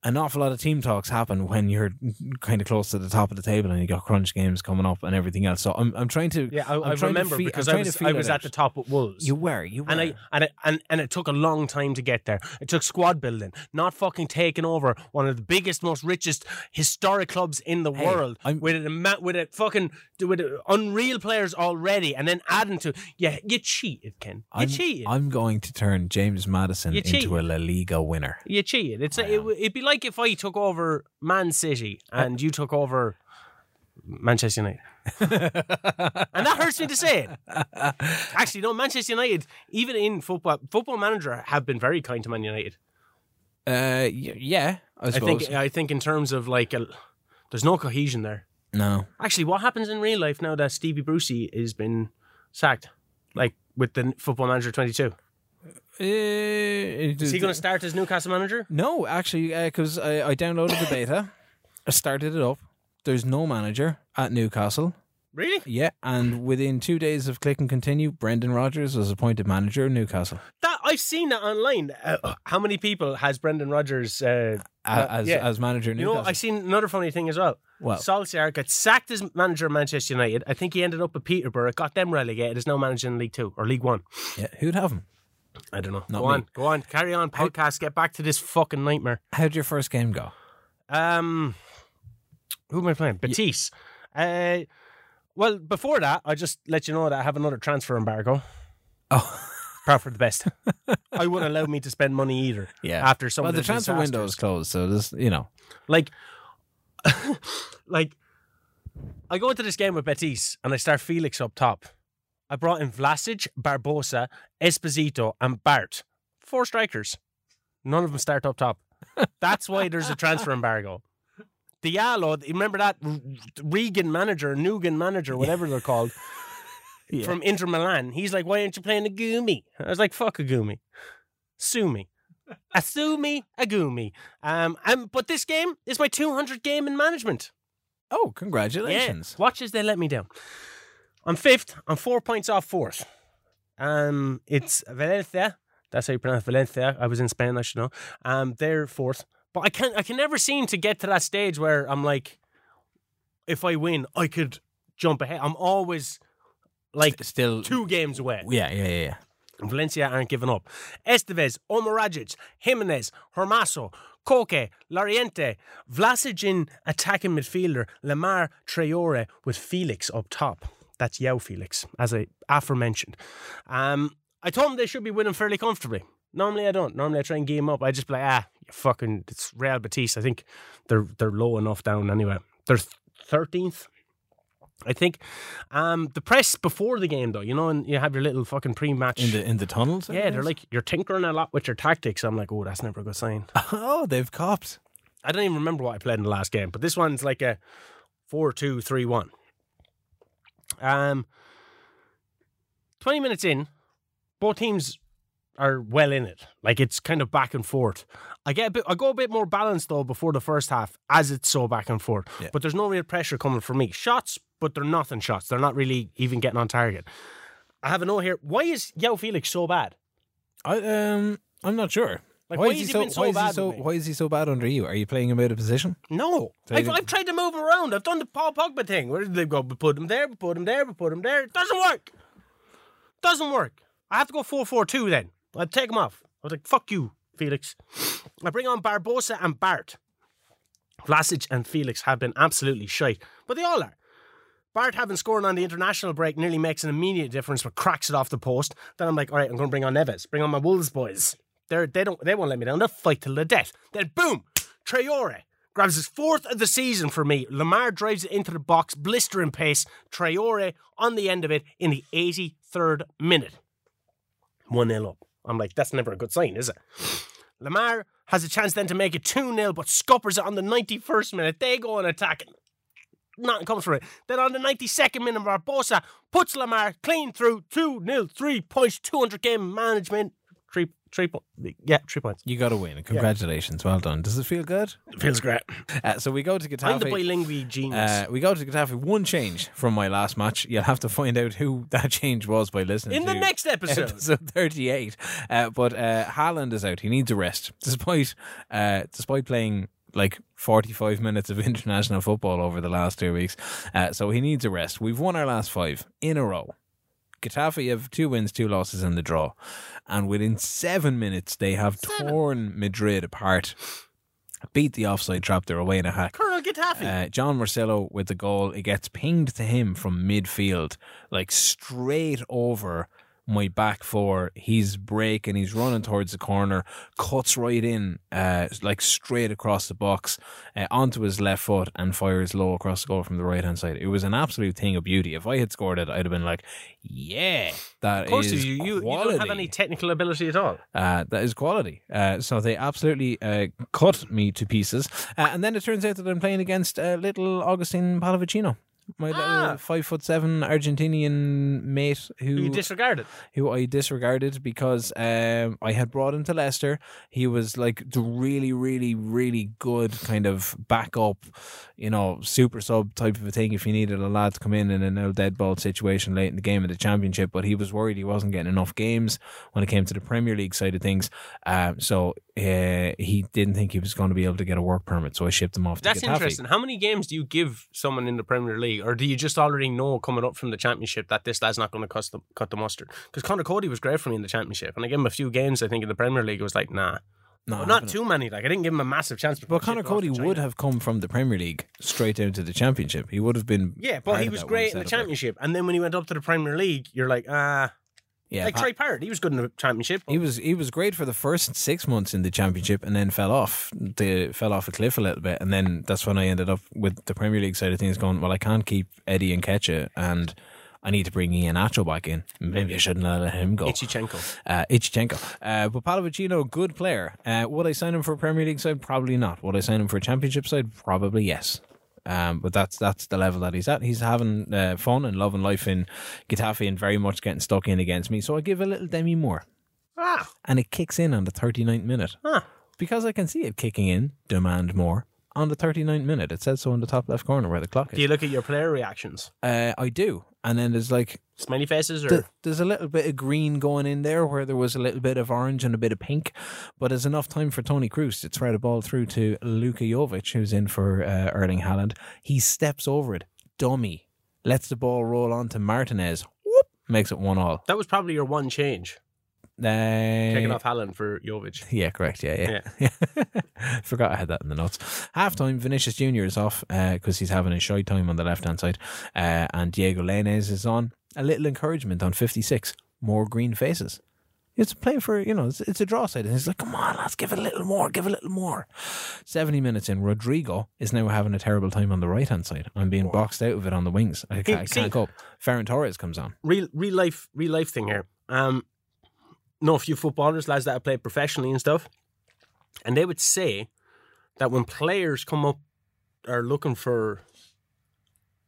[SPEAKER 2] an awful lot of team talks happen when you're kind of close to the top of the table and you got crunch games coming up and everything else. So I'm I'm trying to
[SPEAKER 3] Yeah, I,
[SPEAKER 2] I'm
[SPEAKER 3] I
[SPEAKER 2] trying to
[SPEAKER 3] remember
[SPEAKER 2] fe- I'm
[SPEAKER 3] because I
[SPEAKER 2] trying to
[SPEAKER 3] was,
[SPEAKER 2] feel
[SPEAKER 3] I
[SPEAKER 2] it
[SPEAKER 3] was
[SPEAKER 2] out.
[SPEAKER 3] at the top with Wolves.
[SPEAKER 2] you were you were
[SPEAKER 3] and I and it, and and it took a long time to get there. It took squad building, not fucking taking over one of the biggest, most richest historic clubs in the world
[SPEAKER 2] I'm-
[SPEAKER 3] with an amount with a fucking with a, unreal players already, and then adding to yeah, you cheated, Ken. You
[SPEAKER 2] I'm,
[SPEAKER 3] cheated.
[SPEAKER 2] I'm going to turn James Madison
[SPEAKER 3] You cheated.
[SPEAKER 2] into a La Liga winner.
[SPEAKER 3] you cheated. It's it, would- it'd be like if I took over Man City and you took over
[SPEAKER 2] *laughs*
[SPEAKER 3] Manchester United, and that hurts me to say it. Actually, no, Manchester United, even in football, Football Manager have been very kind to Man United.
[SPEAKER 2] Uh, y- yeah, I
[SPEAKER 3] I
[SPEAKER 2] suppose.
[SPEAKER 3] think I think in terms of like a, there's no cohesion there.
[SPEAKER 2] no.
[SPEAKER 3] Actually, what happens in real life now that Stevie Brucey has been sacked, like with the Football Manager 22?
[SPEAKER 2] Uh, is
[SPEAKER 3] Is he going to start as Newcastle manager?
[SPEAKER 2] No, actually, because I, I downloaded the beta, I started it up. There's no manager at Newcastle.
[SPEAKER 3] Really?
[SPEAKER 2] Yeah, and within two days of click and continue, Brendan Rodgers was appointed manager of Newcastle
[SPEAKER 3] That I've seen that online. Uh, how many people has Brendan Rodgers? Uh,
[SPEAKER 2] a- as
[SPEAKER 3] yeah.
[SPEAKER 2] as manager of
[SPEAKER 3] you
[SPEAKER 2] Newcastle.
[SPEAKER 3] know, I seen another funny thing as well.
[SPEAKER 2] What?
[SPEAKER 3] Solskjaer got sacked as manager of Manchester United. I think he ended up at Peterborough, got them relegated. Is now managing League Two or League One.
[SPEAKER 2] yeah, who'd have him?
[SPEAKER 3] I don't know.
[SPEAKER 2] Not
[SPEAKER 3] go
[SPEAKER 2] me.
[SPEAKER 3] on, go on, carry on. Podcast, get back to this fucking nightmare.
[SPEAKER 2] How'd your first game go?
[SPEAKER 3] Um, who am I playing? Batiste. Uh, well, before that, I just let you know that I have another transfer embargo.
[SPEAKER 2] Oh,
[SPEAKER 3] Apart for
[SPEAKER 2] *laughs*
[SPEAKER 3] the best, I wouldn't allow me to spend money either.
[SPEAKER 2] yeah.
[SPEAKER 3] After some
[SPEAKER 2] well,
[SPEAKER 3] of
[SPEAKER 2] the,
[SPEAKER 3] the,
[SPEAKER 2] transfer
[SPEAKER 3] disasters.
[SPEAKER 2] window is closed, so this you know.
[SPEAKER 3] like, *laughs* like, I go into this game with Betis and I start Felix up top. I brought in Vlasic, Barbosa, Esposito, and Bart. Four strikers. None of them start up top. *laughs* That's why there's a transfer embargo. Diallo, remember that R- Regan manager, Nugan manager, whatever they're called,
[SPEAKER 2] Yeah.
[SPEAKER 3] from Inter Milan. He's like, "Why aren't you playing Agumi?" I was like, "Fuck Agumi, sue me, sue me, Agumi." Um, and but this game is my 200 game in management.
[SPEAKER 2] Oh,
[SPEAKER 3] Yeah,
[SPEAKER 2] congratulations!
[SPEAKER 3] watch as they let me down. I'm fifth. I'm four points off fourth. Um, it's Valencia. That's how you pronounce Valencia. I was in Spain. I should know. Um, they're fourth, but I can not I can never seem to get to that stage where I'm like, if I win, I could jump ahead. I'm always like
[SPEAKER 2] still.
[SPEAKER 3] two games away.
[SPEAKER 2] Yeah, yeah, yeah, yeah.
[SPEAKER 3] Valencia aren't giving up. Estevez, Omoragic, Jimenez, Hermaso, Koke, Lariente, Vlasic in attacking midfielder, Lamar Traore with Felix up top. That's Yao Felix, as I aforementioned. Um, I told them they should be winning fairly comfortably. Normally I don't. Normally I try and game up. I just be like, ah, you fucking, it's Real Betis. I think they're they're low enough down anyway. They're thirteenth. I think um, the press before the game, though, you know, and you have your little fucking pre-match
[SPEAKER 2] In the in the tunnels. I
[SPEAKER 3] yeah, they're
[SPEAKER 2] guess?
[SPEAKER 3] like you're tinkering a lot with your tactics. I'm like, oh, that's never a good sign.
[SPEAKER 2] *laughs* oh, they've copped.
[SPEAKER 3] I don't even remember what I played in the last game, but this one's like a four-two-three-one. Um, twenty minutes in, both teams are well in it. Like it's kind of back and forth. I get a bit, I go a bit more balanced though before the first half, as it's so back and forth.
[SPEAKER 2] Yeah.
[SPEAKER 3] But there's no real pressure coming from me. Shots, but they're nothing shots. They're not really even getting on target. I have a note here. Why is Yao Felix so bad?
[SPEAKER 2] I um, I'm not sure.
[SPEAKER 3] Like, why has he been so
[SPEAKER 2] why is he
[SPEAKER 3] bad
[SPEAKER 2] so
[SPEAKER 3] with me?
[SPEAKER 2] why is he so bad under you? Are you playing him out of position?
[SPEAKER 3] No,
[SPEAKER 2] So you
[SPEAKER 3] I've,
[SPEAKER 2] didn't-
[SPEAKER 3] I've tried to move him around. I've done the Paul Pogba thing. Where they go, we put him there, we put him there, we put him there. It doesn't work. Doesn't work. I have to go 4 4 2 then. I take him off. I was like, fuck you, Felix. I bring on Barbosa and Bart. Vlasic and Felix have been absolutely shite, but they all are. Bart having scoring on the international break nearly makes an immediate difference, but cracks it off the post. Then I'm like, all right, I'm going to bring on Neves, bring on my Wolves boys. They're, they don't, they won't let me down. They'll fight till the death. Then boom, Traore grabs his fourth of the season for me. Lamar drives it into the box, blistering pace. Traore on the end of it in the 83rd minute. One 0 up. I'm like, that's never a good sign, is it? Lamar has a chance then to make it 2 0, but scuppers it on the 91st minute. They go and attack it. Nothing comes from it. Then on the 92nd minute, Barbosa puts Lamar clean through 2 0, 3 points, 200 game management. Three, three, po- yeah, three points.
[SPEAKER 2] You got a win. Congratulations. Well done. Does it feel
[SPEAKER 3] *laughs*
[SPEAKER 2] good?
[SPEAKER 3] feels great.
[SPEAKER 2] Uh, so we go to
[SPEAKER 3] I'm the
[SPEAKER 2] Getafe.
[SPEAKER 3] bilingual genius.
[SPEAKER 2] Uh, we go to Getafe. One change from my last match. You'll have to find out who *laughs* that change was by listening
[SPEAKER 3] In the
[SPEAKER 2] to *laughs*
[SPEAKER 3] next episode.
[SPEAKER 2] 38. Uh, but uh, Haaland is out. He needs a rest, despite uh, despite playing like 45 minutes of *laughs* international football over the last two weeks. Uh, so he needs a rest. We've won our last five in a row. Getafe have two wins, two losses, and the draw. And within seven minutes, they have torn Madrid apart. Beat the offside trap. They're away in a hack.
[SPEAKER 3] Colonel Getafe.
[SPEAKER 2] Uh, John Marcelo with the goal. It gets pinged to him from midfield, like straight over my back four. He's breaking, he's running towards the corner, cuts right in, uh, like straight across the box, uh, onto his left foot, and fires low across the goal from the right hand side. It was an absolute thing of beauty. If I had scored it, I'd have been like, yeah, that
[SPEAKER 3] of course,
[SPEAKER 2] is
[SPEAKER 3] you, you, you
[SPEAKER 2] quality.
[SPEAKER 3] don't have any technical ability at all.
[SPEAKER 2] Uh, that is quality. Uh, so they absolutely uh, cut me to pieces. Uh, and then it turns out that I'm playing against uh, little Augustin Palavicino. My little
[SPEAKER 3] Ah.
[SPEAKER 2] five foot seven Argentinian mate
[SPEAKER 3] You
[SPEAKER 2] who
[SPEAKER 3] disregard it.
[SPEAKER 2] who I disregarded because um, I had brought him to Leicester. He was like the really, really, really good kind of backup, you know, super sub type of a thing. If you needed a lad to come in in a no dead ball situation late in the game of the championship, but he was worried he wasn't getting enough games when it came to the Premier League side of things. Um, so uh, he didn't think he was going to be able to get a work permit. So I shipped him off.
[SPEAKER 3] That's
[SPEAKER 2] to Getafe.
[SPEAKER 3] interesting. How many games do you give someone in the Premier League, or do you just already know coming up from the Championship that this lad's not going to cut the, cut the mustard? Because Connor Cody was great for me in the Championship, and I gave him a few games. I think in the Premier League, it was like nah,
[SPEAKER 2] No,
[SPEAKER 3] not too many. Like I didn't give him a massive chance.
[SPEAKER 2] Well, Connor Cody would have come from the Premier League straight down to the Championship. He would have been.
[SPEAKER 3] Yeah, but
[SPEAKER 2] part
[SPEAKER 3] he
[SPEAKER 2] of
[SPEAKER 3] was
[SPEAKER 2] that
[SPEAKER 3] great
[SPEAKER 2] one
[SPEAKER 3] in the
[SPEAKER 2] setup, like-
[SPEAKER 3] Championship, and then when he went up to the Premier League, you're like ah,
[SPEAKER 2] Yeah,
[SPEAKER 3] like
[SPEAKER 2] Pat-
[SPEAKER 3] Trey Parrott, he was good in the Championship. but-
[SPEAKER 2] He was he was great for the first six months in the championship, and then fell off. The fell off a cliff a little bit, and then that's when I ended up with the Premier League side of things going. Well, I can't keep Eddie and Ketcher, and I need to bring Ian Acho back in. Maybe I shouldn't have let him go.
[SPEAKER 3] Oh, Ichichenko.
[SPEAKER 2] uh, Ichichenko. Uh, but Palavicino, good player. Uh, would I sign him for a Premier League side? Probably not. Would I sign him for a Championship side? Probably yes. Um, but that's that's the level that he's at. He's having uh, fun and loving life in Getafe and very much getting stuck in against me. So I give a little Demi Moore
[SPEAKER 3] Ah,
[SPEAKER 2] and it kicks in on the 39th minute.
[SPEAKER 3] Huh.
[SPEAKER 2] Because I can see it kicking in, demand more, on the 39th minute. It says so in the top left corner where the clock
[SPEAKER 3] do
[SPEAKER 2] is.
[SPEAKER 3] you look at your player reactions,
[SPEAKER 2] Uh, I do. And then there's like,
[SPEAKER 3] smiley faces, or
[SPEAKER 2] th- there's a little bit of green going in there where there was a little bit of orange and a bit of pink, but there's enough time for Tony Cruz to throw the ball through to Luka Jovic, who's in for uh, Erling Haaland. He steps over it, dummy, lets the ball roll on to Martinez. Whoop! makes it one all.
[SPEAKER 3] That was probably your one change. Taking
[SPEAKER 2] Uh,
[SPEAKER 3] off Haaland for Jovic.
[SPEAKER 2] yeah, correct. Yeah, yeah. *laughs* Forgot I had that in the notes. Half time, Vinicius Junior is off because he's having a shy time on the left hand side, uh, and Diego Lainez is on. A little encouragement on fifty six. More green faces. It's playing for you know it's, it's a draw side, and he's like, come on, let's give it a little more, give it a little more. Seventy minutes in, Rodrigo is now having a terrible time on the right hand side. I'm being boxed out of it on the wings. I can't, I
[SPEAKER 3] see-
[SPEAKER 2] can't go. up. Ferran Torres comes on.
[SPEAKER 3] real real life real life thing here. Um, know a few footballers, lads that have played professionally and stuff, and they would say that when players come up are looking for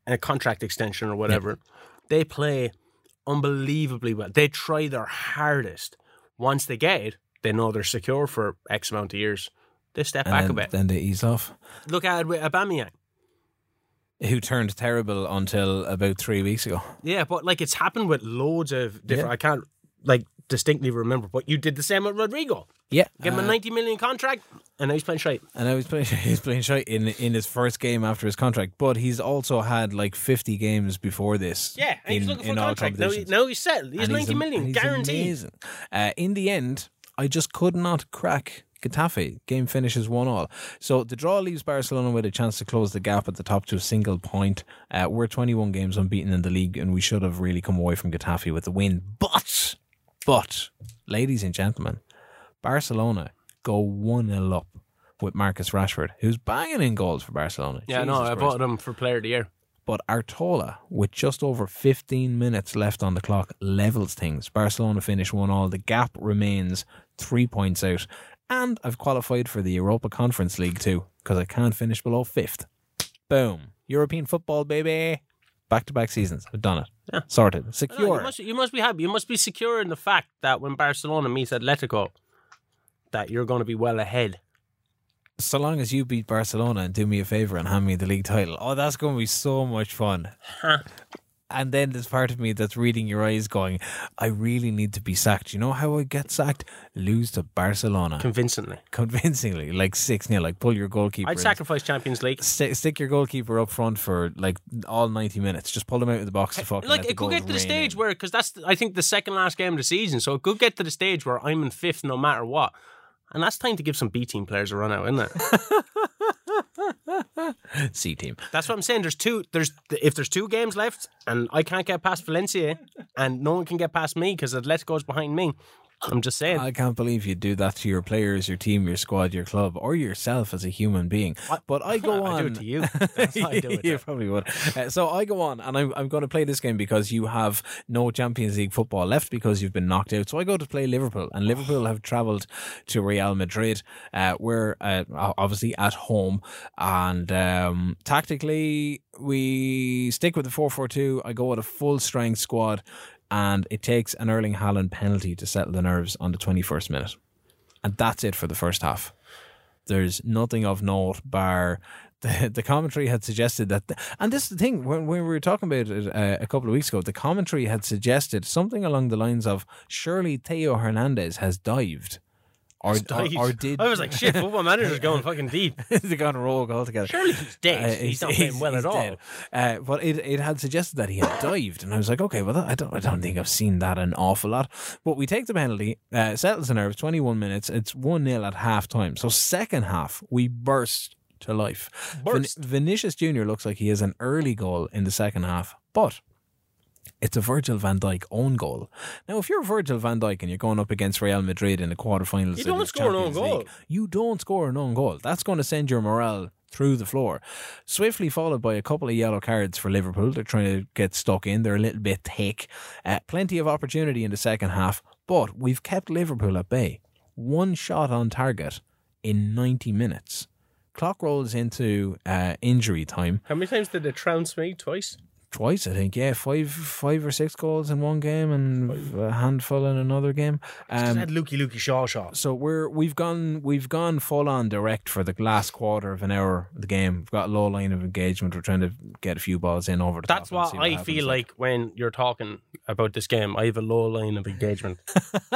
[SPEAKER 3] a contract extension or whatever, they play unbelievably well. They try their hardest. Once they get it, they know they're secure for X amount of years. They step
[SPEAKER 2] And
[SPEAKER 3] back
[SPEAKER 2] then,
[SPEAKER 3] a bit.
[SPEAKER 2] then they ease off.
[SPEAKER 3] Look at it with Aubameyang.
[SPEAKER 2] who turned terrible until about three weeks ago.
[SPEAKER 3] Yeah, but like it's happened with loads of different.
[SPEAKER 2] Yeah.
[SPEAKER 3] I can't like distinctly remember, but you did the same with Rodrigo.
[SPEAKER 2] Yeah,
[SPEAKER 3] Give him a 90 million contract, and now he's playing straight.
[SPEAKER 2] and I was playing. *laughs* He's playing shite in in his first game after his contract, but he's also had like fifty games before this.
[SPEAKER 3] Yeah, and he's
[SPEAKER 2] in-
[SPEAKER 3] looking for
[SPEAKER 2] in
[SPEAKER 3] a
[SPEAKER 2] all
[SPEAKER 3] contract. Now, he,
[SPEAKER 2] competitions.
[SPEAKER 3] now he's settled. He's
[SPEAKER 2] And
[SPEAKER 3] ninety
[SPEAKER 2] am-
[SPEAKER 3] million
[SPEAKER 2] and he's
[SPEAKER 3] guaranteed.
[SPEAKER 2] amazing. Uh, in the end, I just could not crack Getafe. Game finishes one all. So the draw leaves Barcelona with a chance to close the gap at the top to a single point. Uh, we're 21 games unbeaten in the league, and we should have really come away from Getafe with the win. But, but, ladies and gentlemen, Barcelona go one 0 up with Marcus Rashford, who's banging in goals for Barcelona.
[SPEAKER 3] Yeah, no,
[SPEAKER 2] Jesus
[SPEAKER 3] I
[SPEAKER 2] Christ
[SPEAKER 3] bought him for player of the year.
[SPEAKER 2] but Artola, with just over 15 minutes left on the clock, levels things. Barcelona finish 1 all. The gap remains three points out. And I've qualified for the Europa Conference League too, because I can't finish below fifth. Boom. European football, baby. Back to back seasons. I've done it. Sorted.
[SPEAKER 3] I know, Oh, you,
[SPEAKER 2] Secure.
[SPEAKER 3] must, you must be happy. You must be secure in the fact that when Barcelona meets Atletico, that you're going to be well ahead.
[SPEAKER 2] So long as you beat Barcelona and do me a favour and hand me the league title. Oh, that's going to be so much fun. And then there's part of me that's reading your eyes going, I really need to be sacked. You know how I get sacked? Lose to Barcelona.
[SPEAKER 3] Convincingly,
[SPEAKER 2] convincingly, like 6 0. Like pull your goalkeeper.
[SPEAKER 3] I'd sacrifice Champions League.
[SPEAKER 2] Stick, stick your goalkeeper up front for like all 90 minutes. Just pull him out of the box. And fucking
[SPEAKER 3] Like
[SPEAKER 2] let the
[SPEAKER 3] it could
[SPEAKER 2] goals
[SPEAKER 3] get to the
[SPEAKER 2] rain
[SPEAKER 3] stage
[SPEAKER 2] in.
[SPEAKER 3] where, because that's the- I think the second last game of the season, so it could get to the stage where I'm in fifth no matter what, and that's time to give some B team players a run out, isn't it?
[SPEAKER 2] *laughs* C team.
[SPEAKER 3] That's what I'm saying. There's two. There's if there's two games left, and I can't get past Valencia, and no one can get past me because Atletico's behind me. I'm just saying.
[SPEAKER 2] I can't believe you do that to your players, your team, your squad, your club, or yourself as a human being. But I go on.
[SPEAKER 3] *laughs* I do it
[SPEAKER 2] *laughs*
[SPEAKER 3] to you. That's how I do it.
[SPEAKER 2] you probably would. Uh, so I go on, and I'm, I'm going to play this game because you have no Champions League football left because you've been knocked out. So I go to play Liverpool, and Liverpool have travelled to Real Madrid. Uh, we're uh, o- obviously at home, and um, tactically we stick with the four four two. I go with a full strength squad, and it takes an Erling Haaland penalty to settle the nerves on the twenty first minute, and that's it for the first half there's nothing of note bar *laughs* the, the commentary had suggested that and this is the thing when, when we were talking about it uh, a couple of weeks ago the commentary had suggested something along the lines of surely Theo Hernandez has dived or, or,
[SPEAKER 3] Jeez.
[SPEAKER 2] or did
[SPEAKER 3] I was
[SPEAKER 2] *laughs*
[SPEAKER 3] like, shit, football manager's going fucking deep.
[SPEAKER 2] they gone rogue altogether
[SPEAKER 3] Surely he's dead.
[SPEAKER 2] uh,
[SPEAKER 3] he's, not playing well
[SPEAKER 2] he's
[SPEAKER 3] at all.
[SPEAKER 2] dead. Uh, but it, it had suggested that he had
[SPEAKER 3] *coughs*
[SPEAKER 2] dived, and I was like, okay, well, that, I don't I don't think I've seen that an awful lot. But we take the penalty, uh, settles the nerves. Twenty one minutes. It's one 0 at half time. So second half, we burst to life.
[SPEAKER 3] Burst.
[SPEAKER 2] Vinicius Junior looks like he has an early goal in the second half, but it's a Virgil van Dijk own goal. Now, if you're Virgil van Dijk and you're going up against Real Madrid in the quarterfinals,
[SPEAKER 3] You
[SPEAKER 2] of
[SPEAKER 3] don't
[SPEAKER 2] the
[SPEAKER 3] score an own
[SPEAKER 2] Champions
[SPEAKER 3] goal.
[SPEAKER 2] League, you don't score an own goal. That's going to send your morale through the floor. Swiftly followed by a couple of yellow cards for Liverpool. They're trying to get stuck in. They're a little bit thick. Uh, plenty of opportunity in the second half, but we've kept Liverpool at bay. One shot on target in 90 minutes. Clock rolls into uh, injury time
[SPEAKER 3] How many times did they trounce me? Twice.
[SPEAKER 2] twice, I think. Yeah, five, five or six goals in one game, and a handful in another game.
[SPEAKER 3] I
[SPEAKER 2] Um,
[SPEAKER 3] had Lukey Lukey Shaw Shaw.
[SPEAKER 2] so we're we've gone we've gone full on direct for the last quarter of an hour of the game. We've got a low line of engagement. We're trying to get a few balls in over the
[SPEAKER 3] That's
[SPEAKER 2] top. and
[SPEAKER 3] what,
[SPEAKER 2] see
[SPEAKER 3] I
[SPEAKER 2] happens.
[SPEAKER 3] feel like when you're talking about this game. I have a low line of engagement.
[SPEAKER 2] *laughs*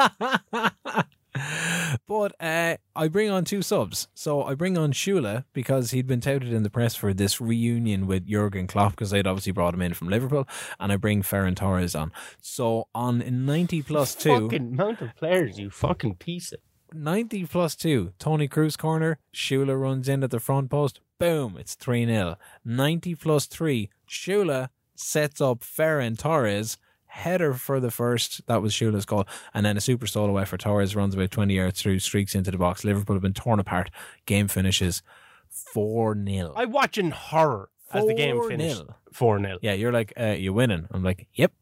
[SPEAKER 2] But uh, I bring on two subs. So I bring on Shula because he'd been touted in the press for this reunion with Jurgen Klopp because they'd obviously brought him in from Liverpool. And I bring Ferran Torres on. So on 90 *laughs* plus 2,
[SPEAKER 3] Fucking amount of players, you fucking piece of.
[SPEAKER 2] 90 plus 2, Tony Cruz corner, Shula runs in at the front post. Boom, it's 3 0. 90 plus 3, Shula sets up Ferran Torres. Header for the first, that was Shula's goal. And then a super stall away for Torres, runs about 20 yards through, streaks into the box. Liverpool have been torn apart. Game finishes 4 0.
[SPEAKER 3] I watch in horror as the game finished
[SPEAKER 2] 4-0.
[SPEAKER 3] 4 0.
[SPEAKER 2] Yeah, you're like, uh, you're winning. I'm like, yep,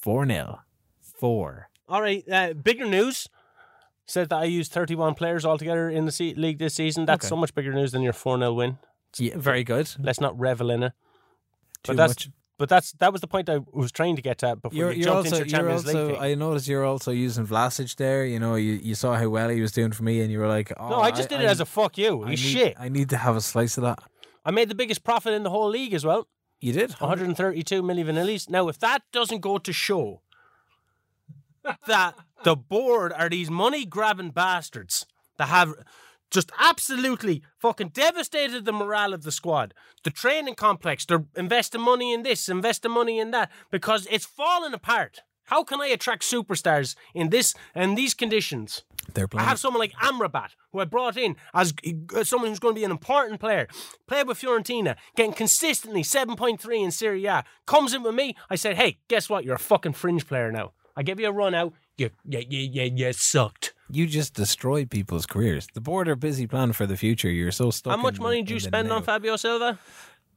[SPEAKER 2] 4 0. 4.
[SPEAKER 3] All right, uh, bigger news. Said that I used 31 players altogether in the se- league this season. That's
[SPEAKER 2] Okay.
[SPEAKER 3] so much bigger news than your 4 0 win.
[SPEAKER 2] Yeah, very good. Too
[SPEAKER 3] Let's not revel in it. But that's
[SPEAKER 2] much.
[SPEAKER 3] but that's that was the point I was trying to get at before
[SPEAKER 2] You're,
[SPEAKER 3] you
[SPEAKER 2] you're
[SPEAKER 3] jumped
[SPEAKER 2] also,
[SPEAKER 3] into your
[SPEAKER 2] you're
[SPEAKER 3] Champions
[SPEAKER 2] also.
[SPEAKER 3] League. Thing.
[SPEAKER 2] I noticed you're also using Vlasic there. You know, you, you saw how well he was doing for me, and you were like, oh,
[SPEAKER 3] no, I just did it as a fuck you.
[SPEAKER 2] I
[SPEAKER 3] You
[SPEAKER 2] need,
[SPEAKER 3] shit.
[SPEAKER 2] I need to have a slice of that.
[SPEAKER 3] I made the biggest profit in the whole league as well.
[SPEAKER 2] You did.
[SPEAKER 3] 132 milli vanillis. Now, if that doesn't go to show that the board are these money grabbing bastards that have just absolutely fucking devastated the morale of the squad, the training complex, they're investing money in this, investing money in that, because it's falling apart. How can I attract superstars in this and these conditions?
[SPEAKER 2] They're playing.
[SPEAKER 3] I have someone like Amrabat, who I brought in as as someone who's going to be an important player. Played with Fiorentina, getting consistently 7.3 in Serie A. Comes in with me. I said, hey, guess what? You're a fucking fringe player now. I give you a run out. You, you, you, you, you sucked.
[SPEAKER 2] you just destroy people's careers. The board are busy planning for the future. You're so stuck.
[SPEAKER 3] How much
[SPEAKER 2] in-
[SPEAKER 3] money did you
[SPEAKER 2] in the
[SPEAKER 3] spend on
[SPEAKER 2] now.
[SPEAKER 3] Fabio Silva?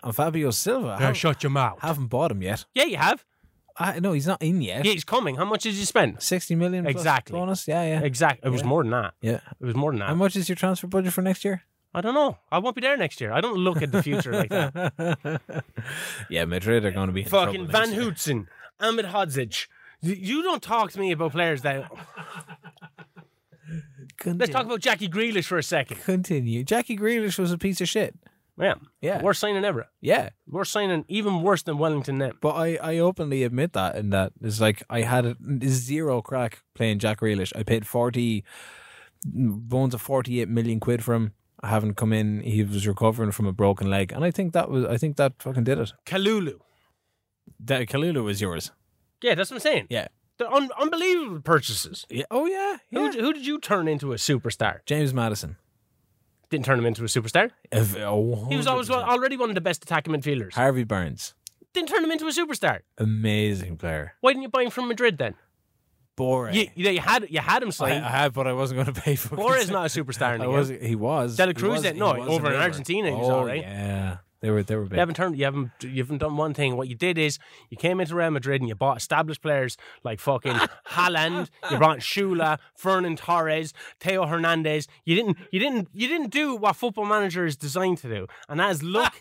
[SPEAKER 2] on Fabio Silva? Haven't,
[SPEAKER 3] Uh, shut your mouth.
[SPEAKER 2] haven't bought him yet.
[SPEAKER 3] yeah, you have.
[SPEAKER 2] I, no, he's not in yet.
[SPEAKER 3] Yeah, he's coming. How much did you spend?
[SPEAKER 2] Sixty million. plus
[SPEAKER 3] Exactly.
[SPEAKER 2] Bonus. Yeah, yeah,
[SPEAKER 3] Exactly. It was more than that.
[SPEAKER 2] yeah.
[SPEAKER 3] It was more than that.
[SPEAKER 2] How much is your transfer budget for next year?
[SPEAKER 3] I don't know. I won't be there next year. I don't look at the future like that.
[SPEAKER 2] yeah, Madrid are going to be in
[SPEAKER 3] *laughs* fucking
[SPEAKER 2] trouble
[SPEAKER 3] Van
[SPEAKER 2] next year.
[SPEAKER 3] Hootsen, Ahmed Hodzic. You- You don't talk to me about players that.
[SPEAKER 2] Continue.
[SPEAKER 3] Let's talk about Jackie Grealish for a second.
[SPEAKER 2] Continue. Jackie Grealish was a piece of shit.
[SPEAKER 3] Yeah,
[SPEAKER 2] Yeah.
[SPEAKER 3] Worst signing ever.
[SPEAKER 2] Yeah.
[SPEAKER 3] Worst signing, even worse than Wellington. Net.
[SPEAKER 2] But I, I openly admit that and that it's like I had a zero crack playing Jack Grealish. I paid forty bones of forty eight million quid for him. I haven't come in. He was recovering from a broken leg, and I think that was I think that fucking did it.
[SPEAKER 3] Kalulu.
[SPEAKER 2] That Kalulu was yours.
[SPEAKER 3] Yeah, that's what I'm saying.
[SPEAKER 2] Yeah.
[SPEAKER 3] They're un- unbelievable purchases.
[SPEAKER 2] yeah. Oh yeah.
[SPEAKER 3] Who,
[SPEAKER 2] yeah.
[SPEAKER 3] d- who did you turn into a superstar?
[SPEAKER 2] James Madison.
[SPEAKER 3] Didn't turn him into a superstar.
[SPEAKER 2] Of- oh,
[SPEAKER 3] He was always
[SPEAKER 2] 100%.
[SPEAKER 3] one, already one of the best attacking midfielders.
[SPEAKER 2] Harvey Barnes.
[SPEAKER 3] Didn't turn him into a superstar.
[SPEAKER 2] Amazing player.
[SPEAKER 3] Why didn't you buy him from Madrid then?
[SPEAKER 2] Boring.
[SPEAKER 3] You, you, you had you had
[SPEAKER 2] I,
[SPEAKER 3] him
[SPEAKER 2] I *laughs*
[SPEAKER 3] signed.
[SPEAKER 2] had, but I wasn't going to pay for. *laughs*
[SPEAKER 3] Bora's
[SPEAKER 2] it.
[SPEAKER 3] not a superstar. In the
[SPEAKER 2] I
[SPEAKER 3] game.
[SPEAKER 2] was. He was.
[SPEAKER 3] De La
[SPEAKER 2] He
[SPEAKER 3] Cruz
[SPEAKER 2] was-
[SPEAKER 3] then-
[SPEAKER 2] he
[SPEAKER 3] no,
[SPEAKER 2] was a
[SPEAKER 3] over in
[SPEAKER 2] neighbour.
[SPEAKER 3] Argentina, he was
[SPEAKER 2] oh,
[SPEAKER 3] all right.
[SPEAKER 2] Yeah, they were. They were big.
[SPEAKER 3] You haven't turned. You haven't. You haven't done one thing. What you did is you came into Real Madrid and you bought established players like fucking Haaland. You brought Shula, Fernan Torres, Teo Hernandez. You didn't. You didn't. You didn't do what Football Manager is designed to do, and that is look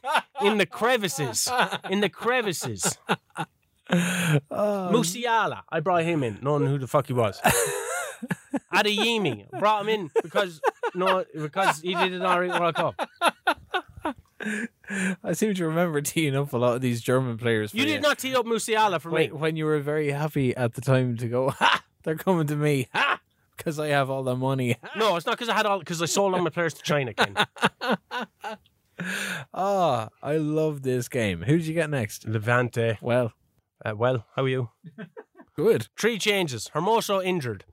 [SPEAKER 3] in the crevices. In the crevices. Musiala, I brought him in, knowing who the fuck he was. Adeyemi, brought him in because no, because he did an alright World Cup.
[SPEAKER 2] *laughs* I seem to remember teeing up a lot of these German players. for
[SPEAKER 3] You did not tee up Musiala for me.
[SPEAKER 2] When, when you were very happy at the time to go, *laughs* ha! They're coming to me, ha! Because I have all the money. *laughs*
[SPEAKER 3] No, it's not because I had all because I sold all my players to China, Ken.
[SPEAKER 2] Ah, I love this game. Who did you get next?
[SPEAKER 3] *laughs* Levante.
[SPEAKER 2] Well,
[SPEAKER 3] Uh, well, how are you?
[SPEAKER 2] good.
[SPEAKER 3] Three changes. Hermoso injured.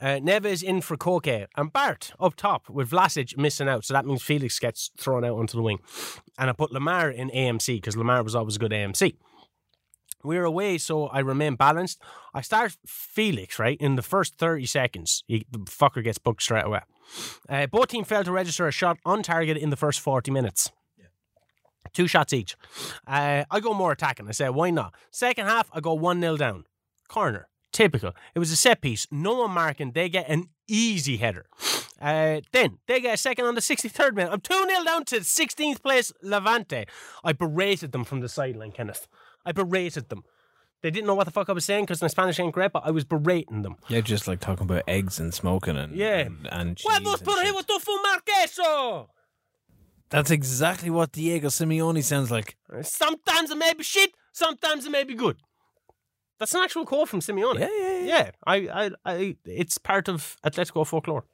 [SPEAKER 3] Uh, Neves in for Koke and Bart up top with Vlasic missing out, so that means Felix gets thrown out onto the wing. And I put Lamar in AMC because Lamar was always a good AMC. We're away, so I remain balanced. I start Felix right in the first thirty seconds. He, the fucker gets booked straight away. Uh, both team failed to register a shot on target in the first forty minutes. Two shots each. Uh, I go more attacking. I say, why not? Second half, I go 1 0 down. Corner. Typical. It was a set piece. No one marking. They get an easy header. Uh, then they get a second on the 63rd minute. I'm 2 0 down to 16th place Levante. I berated them from the sideline, Kenneth. I berated them. They didn't know what the fuck I was saying because my Spanish ain't great, but I was berating them.
[SPEAKER 2] Yeah, just like talking about eggs and smoking and
[SPEAKER 3] Yeah.
[SPEAKER 2] and, and cheese
[SPEAKER 3] Huevos
[SPEAKER 2] and
[SPEAKER 3] por
[SPEAKER 2] shit.
[SPEAKER 3] arriba, tofu marqueso!
[SPEAKER 2] That's exactly what Diego Simeone sounds like.
[SPEAKER 3] Sometimes it may be shit, sometimes it may be good. That's an actual call from Simeone.
[SPEAKER 2] Yeah, yeah, yeah.
[SPEAKER 3] yeah. I, I, I, it's part of Atletico folklore.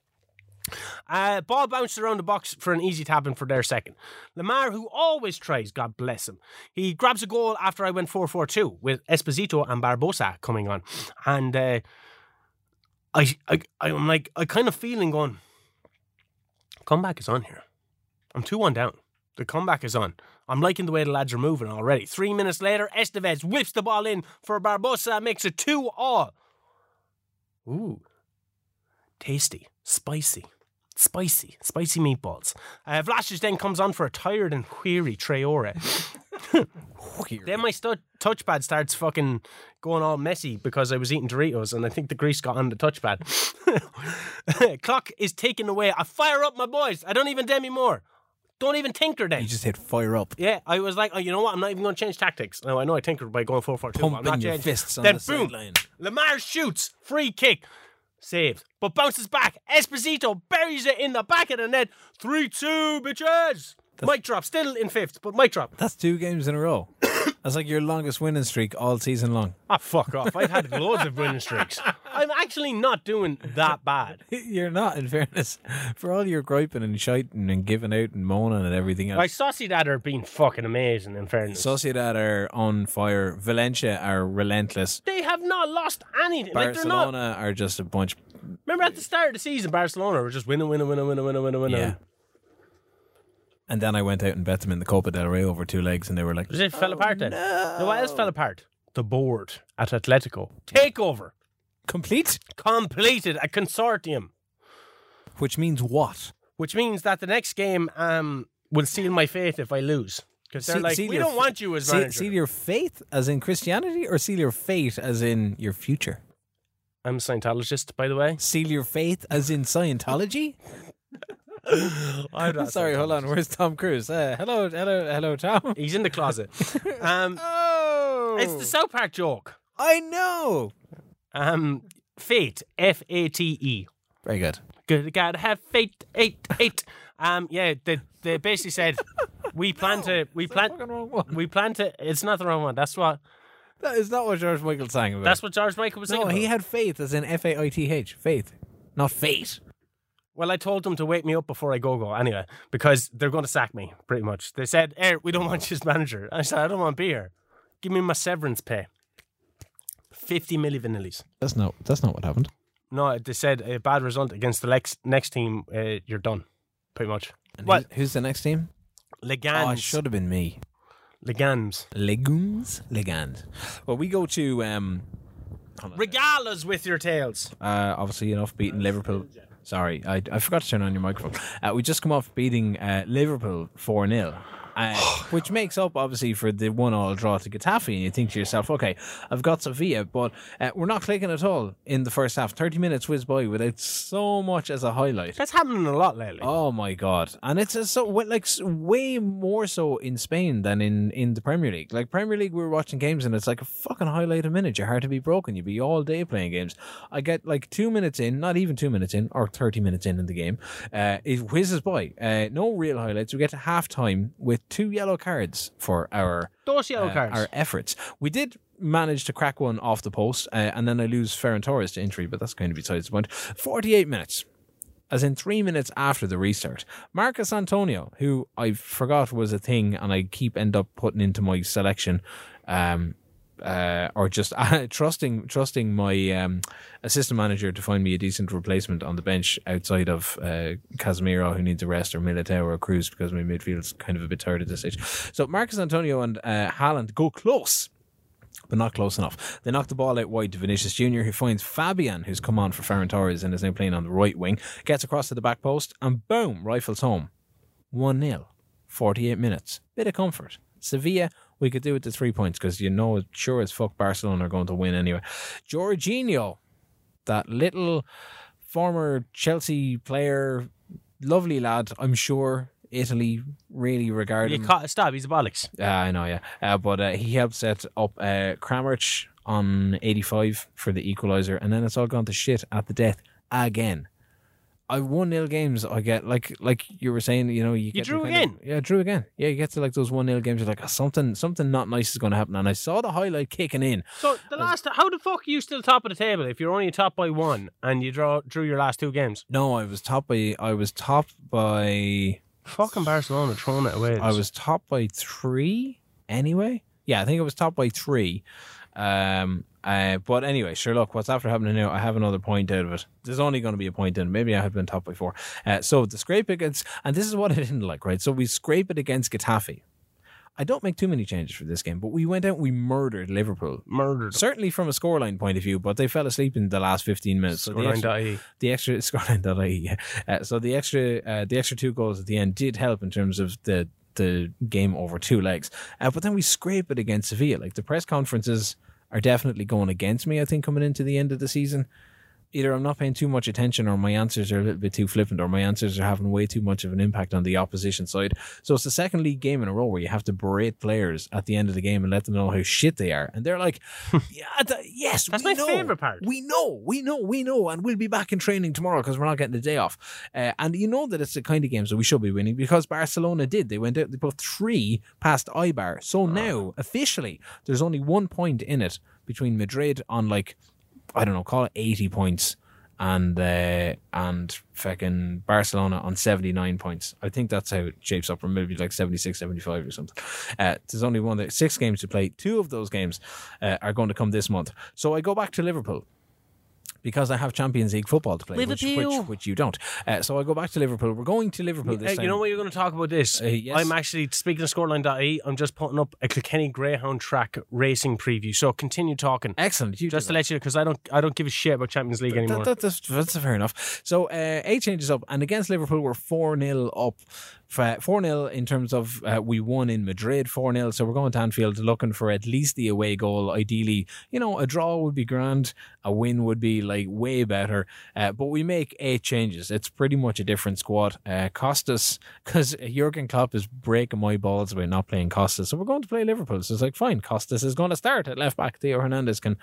[SPEAKER 3] Uh, ball bounced around the box for an easy tap in for their second. Lamar, who always tries, God bless him, he grabs a goal after I went 4 4 2 with Esposito and Barbosa coming on. And uh, I, I, I'm like, I kind of feeling going, comeback is on here. I'm 2 1 down. The comeback is on. I'm liking the way the lads are moving already. Three minutes later, Estevez whips the ball in for Barbosa, makes it 2 all. Ooh, tasty, spicy spicy, spicy meatballs. Uh, Vlasic then comes on for a tired and weary Traore. then my stu- touchpad starts fucking going all messy because I was eating Doritos and I think the grease got on the touchpad. *laughs* Clock is taken away. I fire up my boys. I don't even demi more. Don't even tinker then.
[SPEAKER 2] You just hit fire up.
[SPEAKER 3] Yeah, I was like, oh, you know what? I'm not even going to change tactics. Now, I know I tinkered by going 4 4 2. I'm
[SPEAKER 2] Pumping
[SPEAKER 3] not
[SPEAKER 2] your
[SPEAKER 3] changing.
[SPEAKER 2] fists on
[SPEAKER 3] then
[SPEAKER 2] the
[SPEAKER 3] boom,
[SPEAKER 2] sideline.
[SPEAKER 3] Lamar shoots, free kick, saves, but bounces back. Esposito buries it in the back of the net. 3 2, bitches. Mike drop, still in fifth, but Mike drop.
[SPEAKER 2] That's two games in a
[SPEAKER 3] *coughs*
[SPEAKER 2] row. That's like your longest winning streak all season long. *laughs*
[SPEAKER 3] Ah, fuck off. I've had loads of winning streaks. I'm actually not doing
[SPEAKER 2] *laughs*
[SPEAKER 3] that bad.
[SPEAKER 2] You're not, in fairness. For all your griping and shiting and giving out and moaning and everything else.
[SPEAKER 3] Like, Sociedad are being fucking amazing, in fairness.
[SPEAKER 2] Sociedad are on fire. Valencia are relentless.
[SPEAKER 3] they have not lost anything. Like, they're not.
[SPEAKER 2] Barcelona are just a bunch.
[SPEAKER 3] Remember at the start of the season, Barcelona were just winning, winning, winning, winning, winning, winning, winning.
[SPEAKER 2] Yeah. And then I went out and bet them in the Copa del Rey over two legs, and they were like,
[SPEAKER 3] It fell apart then. No. what else fell apart? The board at Atletico. Takeover.
[SPEAKER 2] complete?
[SPEAKER 3] Completed a consortium.
[SPEAKER 2] Which means what?
[SPEAKER 3] Which means that the next game um, will seal my fate if I lose. Because they're
[SPEAKER 2] See-
[SPEAKER 3] like,
[SPEAKER 2] seal
[SPEAKER 3] we
[SPEAKER 2] your
[SPEAKER 3] don't
[SPEAKER 2] fa-
[SPEAKER 3] want you as
[SPEAKER 2] Seal,
[SPEAKER 3] manager.
[SPEAKER 2] seal your faith as in Christianity or seal your faith as in your future?
[SPEAKER 3] I'm a Scientologist, by
[SPEAKER 2] *laughs*
[SPEAKER 3] the way.
[SPEAKER 2] Seal your faith as in Scientology?
[SPEAKER 3] I'm not
[SPEAKER 2] Sorry, hold on. Where's Tom Cruise? Uh, hello, hello, hello, *laughs* Tom.
[SPEAKER 3] He's in the closet. um,
[SPEAKER 2] Oh,
[SPEAKER 3] it's the South Park joke.
[SPEAKER 2] I know.
[SPEAKER 3] Um, fate. F A T E.
[SPEAKER 2] Very good.
[SPEAKER 3] Good God, have fate. Eight, eight. Um, yeah, they, they basically said, we plan to, we plan,
[SPEAKER 2] Fucking wrong one.
[SPEAKER 3] *laughs* we plan to, it's not the wrong one. That's what,
[SPEAKER 2] That is not what George Michael sang about.
[SPEAKER 3] That's what George Michael was saying.
[SPEAKER 2] no, he had faith as in F A I T H, faith, not fate.
[SPEAKER 3] well, I told them to wake me up before I go go anyway, because they're going to sack me pretty much. They said, "Hey, we don't want you as manager." I said, "I don't want to be here. Give me my severance pay, fifty milli vanillis."
[SPEAKER 2] That's not. That's not what happened.
[SPEAKER 3] No, they said a bad result against the next next team. Uh, you're done, pretty much.
[SPEAKER 2] And
[SPEAKER 3] What?
[SPEAKER 2] who's, who's the next team? Oh, it
[SPEAKER 3] Legans.
[SPEAKER 2] should have been me.
[SPEAKER 3] Legans.
[SPEAKER 2] Legumes, Legand. Well, we go to um,
[SPEAKER 3] Regale us with your tails.
[SPEAKER 2] uh, obviously enough beating Liverpool. Sorry, I, I forgot to turn on your microphone. Uh, we just come off beating uh, Liverpool 4 0. Uh, which makes up obviously for the one all draw to Getafe, and you think to yourself, okay, I've got Sevilla, but uh, we're not clicking at all in the first half. 30 minutes whiz by without so much as a highlight.
[SPEAKER 3] That's happening a lot lately.
[SPEAKER 2] Oh my god! And it's a, so wa- like s- way more so in Spain than in in the Premier League. Like Premier League, we were watching games and it's like a fucking highlight a minute. Your heart to be broken. You'd be all day playing games. I get like two minutes in, not even two minutes in, or thirty minutes in in the game. Uh, it whizzes by. Uh, no real highlights. We get to half time with two yellow cards for our
[SPEAKER 3] Those yellow
[SPEAKER 2] uh,
[SPEAKER 3] cards.
[SPEAKER 2] our efforts. We did manage to crack one off the post, uh, and then I lose Ferran Torres to injury, but that's kind of besides the point. 48 minutes. As in three minutes after the restart, Marcus Antonio, who I forgot was a thing, and I keep end up putting into my selection, um, uh, or just *laughs* trusting trusting my um, assistant manager to find me a decent replacement on the bench outside of uh, Casemiro, who needs a rest, or Militao or Cruz because my midfield's kind of a bit tired at this stage. So Marcus Antonio and uh, Haaland go close but not close enough. They knock the ball out wide to Vinicius Jr., who finds Fabian, who's come on for Ferran Torres and is now playing on the right wing, gets across to the back post, and boom, rifles home. 1 0, 48 minutes. Bit of comfort. Sevilla, we could do it to three points because you know, sure as fuck, Barcelona are going to win anyway. Jorginho, that little former Chelsea player, lovely lad, I'm sure. Italy really regard
[SPEAKER 3] you
[SPEAKER 2] him.
[SPEAKER 3] ca- stop. He's a bollocks.
[SPEAKER 2] Uh, I know, yeah. Uh, but uh, he helped set up uh, Kramerich on 85 for the equaliser, and then it's all gone to shit at the death again. I one nil games. I get like like you were saying. You know, you, get the
[SPEAKER 3] drew
[SPEAKER 2] kind of-
[SPEAKER 3] again.
[SPEAKER 2] yeah, drew again. Yeah, you get to like those one nil games. You're like "Ah, something something not nice is going to happen. And I saw the highlight kicking in.
[SPEAKER 3] So the last, how the fuck are you still top of the table if you're only top by one and you draw drew your last two games?
[SPEAKER 2] No, I was top by I was top by
[SPEAKER 3] Fucking Barcelona throwing it away.
[SPEAKER 2] I was top by three anyway. Yeah, I think it was top by three. Um, uh, but anyway, sure. Look, what's after happening now? I have another point out of it. There's only going to be a point in. it. Maybe I had been top by four. Uh, so the scrape against, and this is what I didn't like, right? So we scrape it against Getafe. I don't make too many changes for this game, but we went out and we murdered Liverpool.
[SPEAKER 3] murdered.
[SPEAKER 2] Certainly from a scoreline point of view, but they fell asleep in the last 15 minutes. So the
[SPEAKER 3] Scoreline
[SPEAKER 2] extra-
[SPEAKER 3] dot E. IE.
[SPEAKER 2] the extra *laughs* scoreline.ie. Yeah. Uh, so the extra uh, the extra two goals at the end did help in terms of the the game over two legs. Uh, but then we scrape it against Sevilla. Like the press conferences are definitely going against me. I think coming into the end of the season. Either I'm not paying too much attention, or my answers are a little bit too flippant, or my answers are having way too much of an impact on the opposition side. So it's the second league game in a row where you have to berate players at the end of the game and let them know how shit they are, and they're like, *laughs* "Yeah, th- yes,
[SPEAKER 3] Hmm. That's
[SPEAKER 2] we
[SPEAKER 3] my
[SPEAKER 2] know.
[SPEAKER 3] favourite part.
[SPEAKER 2] We know, we know, we know, and we'll be back in training tomorrow because we're not getting a day off. Uh, and you know that it's the kind of games that we should be winning because Barcelona did. They went out, they put three past Ibar. So
[SPEAKER 3] Ah.
[SPEAKER 2] now, officially, there's only one point in it between Madrid on like, I don't know, call it 80 points. And uh, and fucking Barcelona on 79 points. I think that's how it shapes up, or maybe like 76, 75 or something. Uh, there's only one, there, six games to play. Two of those games uh, are going to come this month. So I go back to Liverpool because I have Champions League football to play, which,
[SPEAKER 3] Liverpool.
[SPEAKER 2] which which you don't. Uh, so I go back to Liverpool. We're going to Liverpool this
[SPEAKER 3] Hey,
[SPEAKER 2] time.
[SPEAKER 3] you know what you're going to talk about this?
[SPEAKER 2] Uh, yes.
[SPEAKER 3] I'm actually speaking of scoreline.ie. I'm just putting up a Kilkenny Greyhound track racing preview. So continue talking.
[SPEAKER 2] Excellent. You
[SPEAKER 3] Just
[SPEAKER 2] do
[SPEAKER 3] to let you know, because I don't, I don't give a shit about Champions League
[SPEAKER 2] that.
[SPEAKER 3] anymore.
[SPEAKER 2] That- that's, that's fair enough. So uh, eight changes up, and against Liverpool, we're four 0 up. uh, Four 0 in terms of uh, we won in Madrid four 0 So we're going to Anfield looking for at least the away goal. Ideally, you know, a draw would be grand. A win would be like way better. Uh, but we make eight changes. It's pretty much a different squad. Uh, Costas, because Jurgen Klopp is breaking my balls by not playing Costas. So we're going to play Liverpool. So it's like, fine, Costas is going to start at left back. Theo Hernandez can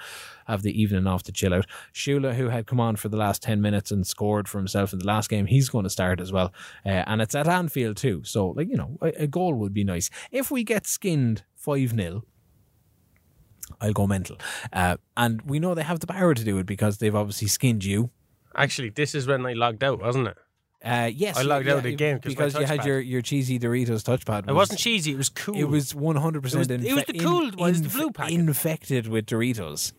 [SPEAKER 2] have the evening off to chill out. Shula, who had come on for the last 10 minutes and scored for himself in the last game, he's going to start as well. Uh, and it's at Anfield too. So, like, you know, a, a goal would be nice. If we get skinned 5 0, I'll go mental. Uh, and we know they have the power to do it because they've obviously skinned you.
[SPEAKER 3] actually, this is when I logged out, wasn't it?
[SPEAKER 2] Uh, yes,
[SPEAKER 3] I logged
[SPEAKER 2] yeah,
[SPEAKER 3] out of the game 'cause my
[SPEAKER 2] because you had
[SPEAKER 3] touchpad-
[SPEAKER 2] your, your cheesy Doritos touchpad.
[SPEAKER 3] It wasn't cheesy. It was cool.
[SPEAKER 2] It was one hundred percent.
[SPEAKER 3] It was- it was the cooled one, it was the blue packet.
[SPEAKER 2] Infected with Doritos.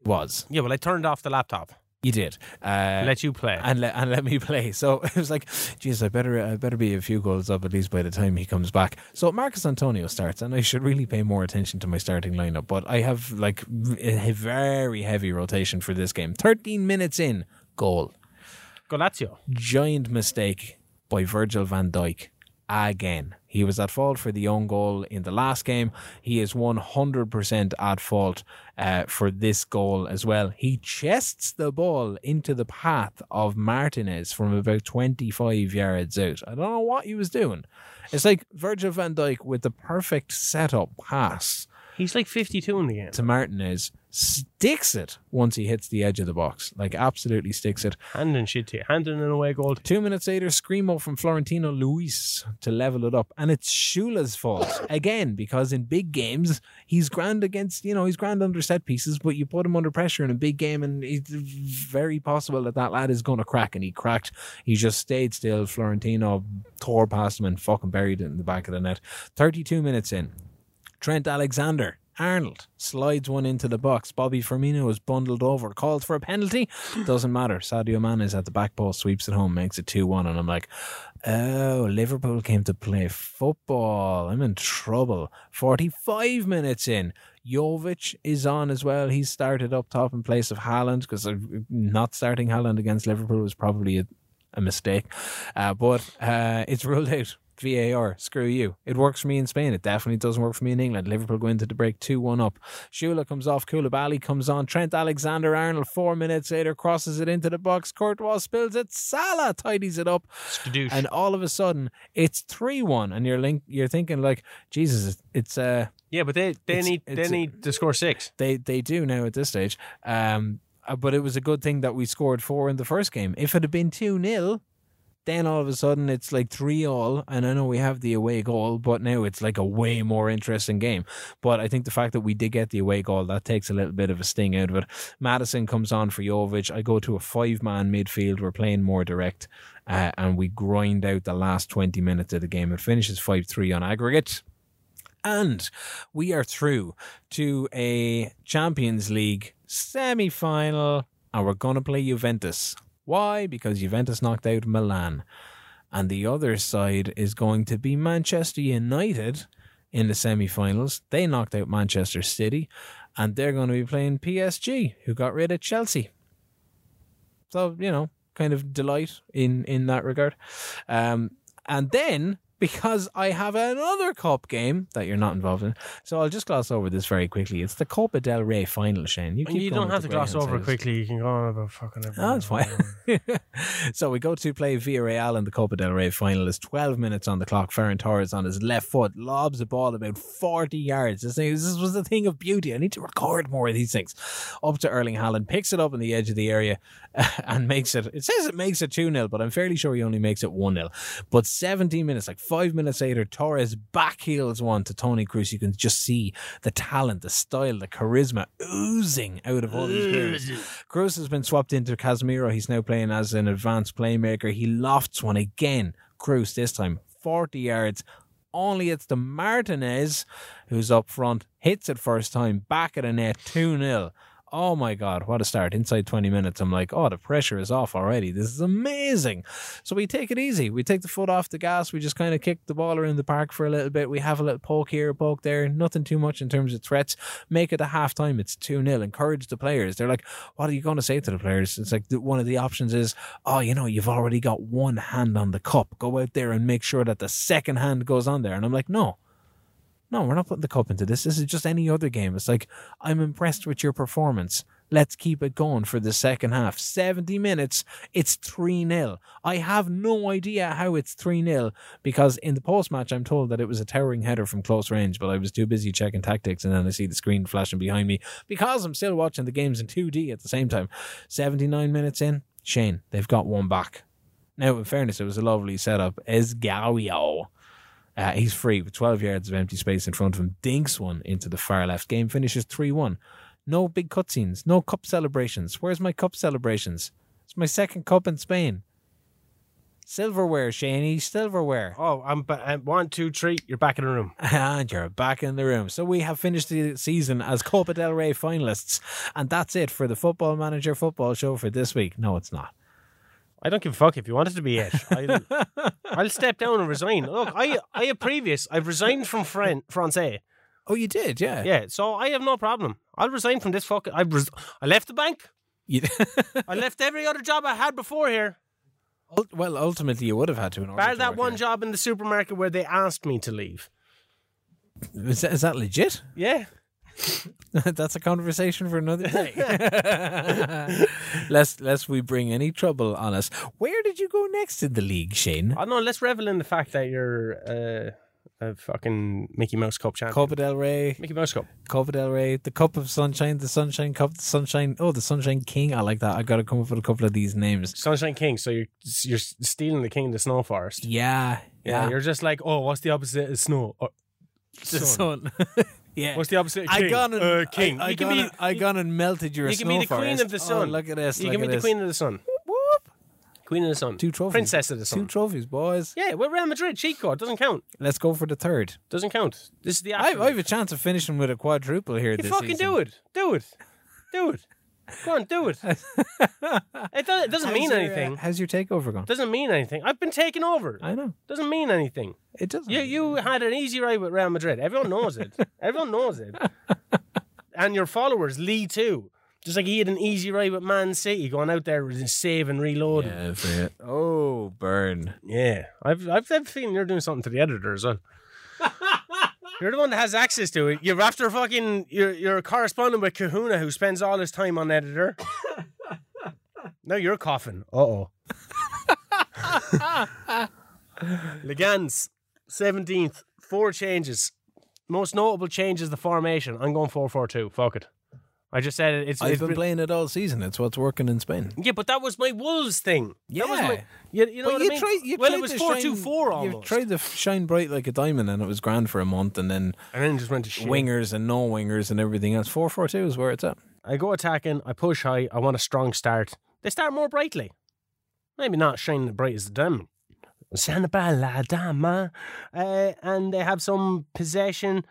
[SPEAKER 2] It Was
[SPEAKER 3] Yeah, well, I turned off the laptop.
[SPEAKER 2] you did? Uh,
[SPEAKER 3] Let you play.
[SPEAKER 2] and let and let me play. So *laughs* it was like, geez, I better I better be a few goals up at least by the time he comes back. So Marcus Antonio starts, and I should really pay more attention to my starting lineup. But I have like a very heavy rotation for this game. Thirteen minutes in, goal,
[SPEAKER 3] Golazio.
[SPEAKER 2] giant mistake by Virgil Van Dijk again. He was at fault for the own goal in the last game. He is 100% at fault uh, for this goal as well. He chests the ball into the path of Martinez from about 25 yards out. I don't know what he was doing. It's like Virgil van Dijk with the perfect setup pass
[SPEAKER 3] He's like 52 in the game.
[SPEAKER 2] to Martinez sticks it once he hits the edge of the box. Like absolutely sticks it.
[SPEAKER 3] Handing shit to you. Handing an away goal.
[SPEAKER 2] Two minutes later, Screamo from Florentino Luis to level it up. And it's Shula's fault again, because in big games, he's grand against, you know, he's grand under set pieces, but you put him under pressure in a big game, and it's very possible that that lad is going to crack. And he cracked. He just stayed still. Florentino tore past him and fucking buried it in the back of the net. 32 minutes in, Trent Alexander. Arnold slides one into the box. Bobby Firmino is bundled over, called for a penalty. Doesn't matter. Sadio Mane is at the back post, sweeps it home, makes it 2 1. And I'm like, oh, Liverpool came to play football. I'm in trouble. 45 minutes in. Jovic is on as well. He started up top in place of Haaland because not starting Haaland against Liverpool was probably a, a mistake. Uh, but uh, it's ruled out. VAR, screw you. It works for me in Spain. It definitely doesn't work for me in England. Liverpool go into the break 2 1 up. Shula comes off, Koulibaly comes on. Trent Alexander Arnold, four minutes later, crosses it into the box. Courtois spills it. Salah tidies it up.
[SPEAKER 3] Skadoosh.
[SPEAKER 2] And all of a sudden, it's 3 1. And you're, link- you're thinking, like, Jesus, it's. Uh,
[SPEAKER 3] Yeah, but they, they
[SPEAKER 2] It's-
[SPEAKER 3] need they
[SPEAKER 2] it's a-
[SPEAKER 3] need to score six.
[SPEAKER 2] they they do now at this stage. Um, uh, but it was a good thing that we scored four in the first game. If it had been 2 0, then all of a sudden it's like 3 all. And I know we have the away goal, but now it's like a way more interesting game. But I think the fact that we did get the away goal, that takes a little bit of a sting out of it. Madison comes on for Jovic. I go to a five man midfield. We're playing more direct. Uh, and we grind out the last 20 minutes of the game. It finishes 5 3 on aggregate. And we are through to a Champions League semi final, and we're going to play Juventus. Why? Because Juventus knocked out Milan. And the other side is going to be Manchester United in the semi finals. They knocked out Manchester City, and they're going to be playing PSG, who got rid of Chelsea. So, you know, kind of delight in, in that regard. Um, and then because I have another cup game that you're not involved in. So I'll just gloss over this very quickly. It's the Copa del Rey final, Shane. You,
[SPEAKER 3] And
[SPEAKER 2] keep
[SPEAKER 3] Oh, you
[SPEAKER 2] going
[SPEAKER 3] don't
[SPEAKER 2] with
[SPEAKER 3] have
[SPEAKER 2] the
[SPEAKER 3] to gloss
[SPEAKER 2] greyhound
[SPEAKER 3] over it
[SPEAKER 2] sizes.
[SPEAKER 3] quickly. You can go on about fucking everything.
[SPEAKER 2] Oh, that's fine. *laughs* so we go to play Villarreal in the Copa del Rey final. It's 12 minutes on the clock. Ferran Torres on his left foot lobs the ball about 40 yards. This, thing- this was a thing of beauty. I need to record more of these things. Up to Erling Haaland, picks it up on the edge of the area *laughs* uh, and makes it. It says it makes it 2 0, but I'm fairly sure he only makes it 1 0. But 17 minutes, like five minutes later, Torres backheels one to Tony Cruz. You can just see the talent, the style, the charisma oozing out of all these players. Cruz has been swapped into Casemiro. He's now playing as an advanced playmaker. He lofts one again. Cruz this time, 40 yards. Only it's the Martinez who's up front, hits it first time, back at the net, 2 0. Oh my God, what a start. Inside 20 minutes, I'm like, oh, the pressure is off already. This is amazing. So we take it easy. We take the foot off the gas. We just kind of kick the ball around the park for a little bit. We have a little poke here, a poke there. Nothing too much in terms of threats. Make it a half time. It's 2 0. Encourage the players. They're like, what are you going to say to the players? It's like the- one of the options is, oh, you know, you've already got one hand on the cup. Go out there and make sure that the second hand goes on there. And I'm like, no. No, we're not putting the cup into this. This is just any other game. It's like, I'm impressed with your performance. Let's keep it going for the second half. 70 minutes, it's 3 0. I have no idea how it's 3 0 because in the post match, I'm told that it was a towering header from close range, but I was too busy checking tactics and then I see the screen flashing behind me because I'm still watching the games in 2D at the same time. 79 minutes in, Shane, they've got one back. Now, in fairness, it was a lovely setup. Esgawio. Uh, he's free with 12 yards of empty space in front of him. Dinks one into the far left. Game finishes 3 1. No big cutscenes, no cup celebrations. Where's my cup celebrations? It's my second cup in Spain. Silverware, Shaney, silverware.
[SPEAKER 3] *laughs* Oh, I'm, ba- I'm one, two, three. You're back in the room.
[SPEAKER 2] And you're back in the room. So we have finished the season as Copa del Rey finalists. And that's it for the Football Manager Football Show for this week. No, it's not.
[SPEAKER 3] I don't give a fuck if you want it to be it. *laughs* I'll, I'll step down and resign. Look, I I have previous. I've resigned from Fran- France. Yeah,
[SPEAKER 2] Oh, you did, yeah.
[SPEAKER 3] so I have no problem. I'll resign from this fucking. I res- I left the bank.
[SPEAKER 2] You- *laughs*
[SPEAKER 3] I left every other job I had before here.
[SPEAKER 2] Ul- well, ultimately, you would have had to. In order
[SPEAKER 3] Bar
[SPEAKER 2] to
[SPEAKER 3] that
[SPEAKER 2] work
[SPEAKER 3] one
[SPEAKER 2] here.
[SPEAKER 3] job in the supermarket where they asked me to leave.
[SPEAKER 2] Is that, is that legit? *laughs*
[SPEAKER 3] Yeah.
[SPEAKER 2] That's a conversation for
[SPEAKER 3] *laughs*
[SPEAKER 2] another day. *laughs* lest lest we bring any trouble on us. Where did you go next in the league, Shane?
[SPEAKER 3] I know. Oh, Let's revel in the fact that you're uh, a fucking Mickey Mouse Cup champion.
[SPEAKER 2] Copa del Rey,
[SPEAKER 3] Mickey Mouse Cup.
[SPEAKER 2] Copa del Rey, the Cup of Sunshine, the Sunshine Cup, the Sunshine. Oh, the Sunshine King. I like that. I got to come up with a couple of these names.
[SPEAKER 3] Sunshine King. So you're you're stealing the king of the snow forest.
[SPEAKER 2] Yeah,
[SPEAKER 3] Yeah.
[SPEAKER 2] yeah. *laughs*
[SPEAKER 3] You're just like, oh, what's the opposite of snow? Uh, Or,
[SPEAKER 2] the sun. *laughs* yeah.
[SPEAKER 3] What's the opposite of
[SPEAKER 2] I
[SPEAKER 3] king?
[SPEAKER 2] gone and
[SPEAKER 3] uh, king.
[SPEAKER 2] I, I
[SPEAKER 3] you can
[SPEAKER 2] gone
[SPEAKER 3] be,
[SPEAKER 2] and, I
[SPEAKER 3] you-
[SPEAKER 2] gone and melted your
[SPEAKER 3] you can be the
[SPEAKER 2] snow
[SPEAKER 3] queen
[SPEAKER 2] forest.
[SPEAKER 3] of the
[SPEAKER 2] Oh,
[SPEAKER 3] sun.
[SPEAKER 2] look at this.
[SPEAKER 3] You
[SPEAKER 2] look
[SPEAKER 3] can be
[SPEAKER 2] at
[SPEAKER 3] the
[SPEAKER 2] this.
[SPEAKER 3] queen of the sun.
[SPEAKER 2] Whoop.
[SPEAKER 3] Queen of the sun.
[SPEAKER 2] Two trophies.
[SPEAKER 3] Princess of the
[SPEAKER 2] Two
[SPEAKER 3] sun.
[SPEAKER 2] trophies, boys.
[SPEAKER 3] yeah, we're Real Madrid. Cheat code doesn't count.
[SPEAKER 2] Let's go for the third.
[SPEAKER 3] Doesn't count. This is the.
[SPEAKER 2] I, I
[SPEAKER 3] afterlife.
[SPEAKER 2] have a chance of finishing with a quadruple here.
[SPEAKER 3] You
[SPEAKER 2] this
[SPEAKER 3] fucking
[SPEAKER 2] season.
[SPEAKER 3] do it. Do it. Do it. Go on,
[SPEAKER 2] *laughs*
[SPEAKER 3] do it. it, do- it doesn't
[SPEAKER 2] How's
[SPEAKER 3] mean
[SPEAKER 2] your, uh,
[SPEAKER 3] anything.
[SPEAKER 2] how's your takeover gone?
[SPEAKER 3] doesn't mean anything. I've been taken over.
[SPEAKER 2] I know
[SPEAKER 3] Doesn't mean anything.
[SPEAKER 2] it doesn't.
[SPEAKER 3] You you had an easy ride with Real Madrid. Everyone knows it. Everyone knows it. And your followers, Lee too. Just like he had an easy ride with Man City, going out there and save and reload. Yeah,
[SPEAKER 2] That's it. Oh, burn!
[SPEAKER 3] I've I've I've feeling you're doing something to the editor as well. You're the one that has access to it. You're after fucking you're you're corresponding with Kahuna who spends all his time on editor. now you're coughing. Uh oh. Legans, 17th, four changes. Most notable change is the formation. I'm going 4 4 2. Fuck it. I just said it. It's,
[SPEAKER 2] I've
[SPEAKER 3] it's
[SPEAKER 2] been
[SPEAKER 3] re-
[SPEAKER 2] playing it all season. It's what's working in Spain.
[SPEAKER 3] yeah, but that was my Wolves thing. That was
[SPEAKER 4] Yeah.
[SPEAKER 3] my, you, you know
[SPEAKER 2] But
[SPEAKER 3] what
[SPEAKER 2] you
[SPEAKER 3] I mean?
[SPEAKER 2] tried- you
[SPEAKER 3] well,
[SPEAKER 2] tried
[SPEAKER 3] it was
[SPEAKER 2] to
[SPEAKER 3] four
[SPEAKER 2] shine-
[SPEAKER 3] two four
[SPEAKER 2] You
[SPEAKER 3] almost.
[SPEAKER 2] tried to f- shine bright like a diamond, and it was grand for a month, and then
[SPEAKER 3] and then it just went to shit.
[SPEAKER 2] wingers and no wingers and everything else. Four four two is where it's at.
[SPEAKER 3] I go attacking. I push high. I want a strong start. They start more brightly. Maybe not shining as bright as the diamond. Sanabal la dama. Uh, and they have some possession.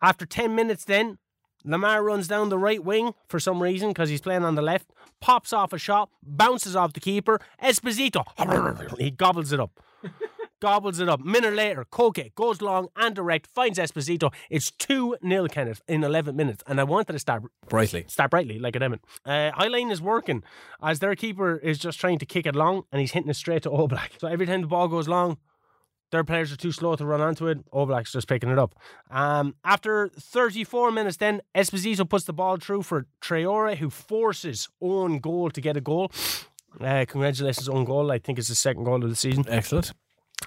[SPEAKER 3] After 10 minutes, then Lamar runs down the right wing for some reason because he's playing on the left, pops off a shot, bounces off the keeper. Esposito, *laughs* he gobbles it up. *laughs* gobbles it up. Minute later, Koke goes long and direct, finds Esposito. It's 2 0 Kenneth in 11 minutes. And I wanted to start
[SPEAKER 2] Brightly.
[SPEAKER 3] Start brightly, like an Emmett. Uh, High line is working as their keeper is just trying to kick it long and he's hitting it straight to *laughs* Oblak. So every time the ball goes long, their players are too slow to run onto it. Oblak's just picking it up. Um, after 34 minutes, then Esposito puts the ball through for Traore, who forces own goal to get a goal. Uh, congratulations, own goal. I think it's the second goal of the season.
[SPEAKER 2] Excellent.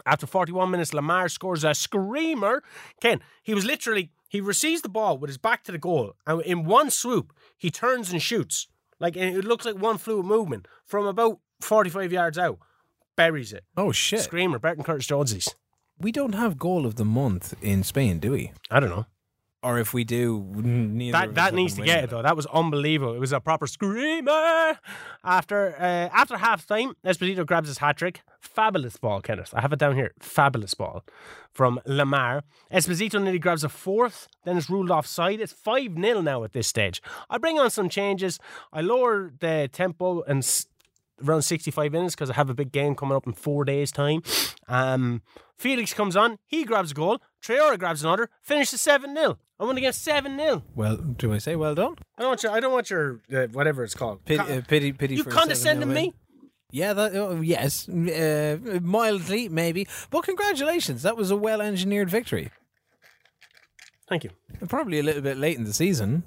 [SPEAKER 3] After 41 minutes, Lamar scores a screamer. Ken, he was literally, he receives the ball with his back to the goal, and in one swoop, he turns and shoots. Like, and it looks like one fluid movement from about 45 yards out, buries it.
[SPEAKER 2] Oh shit!
[SPEAKER 3] Screamer, Burton Curtis Jonesy's.
[SPEAKER 2] We don't have goal of the month in Spain, do we?
[SPEAKER 3] I don't know.
[SPEAKER 2] Or if we do, neither of
[SPEAKER 3] That,
[SPEAKER 2] us
[SPEAKER 3] that
[SPEAKER 2] have
[SPEAKER 3] needs to
[SPEAKER 2] been
[SPEAKER 3] get
[SPEAKER 2] winning
[SPEAKER 3] it though. That was unbelievable. It was a proper screamer. After uh, after half time, Esposito grabs his hat trick. Fabulous ball, Kenneth. I have it down here. Fabulous ball from Lamar. Esposito nearly grabs a fourth, then it's ruled offside. It's 5 0 now at this stage. I bring on some changes. I lower the tempo and s- around 65 minutes because I have a big game coming up in four days' time. Um, Felix comes on. He grabs a goal. Traore grabs another. Finishes 7 0. I want to get 7 0.
[SPEAKER 2] Well, do I say well done?
[SPEAKER 3] I don't want your. I don't want your uh, whatever it's called.
[SPEAKER 2] Pity,
[SPEAKER 3] Con-
[SPEAKER 2] uh, pity, pity.
[SPEAKER 3] you
[SPEAKER 2] for a seven-nil
[SPEAKER 3] condescending
[SPEAKER 2] win.
[SPEAKER 3] me?
[SPEAKER 2] Yeah, that oh, yes, uh, mildly maybe, but congratulations. That was a well-engineered victory.
[SPEAKER 3] Thank you.
[SPEAKER 2] Probably a little bit late in the season.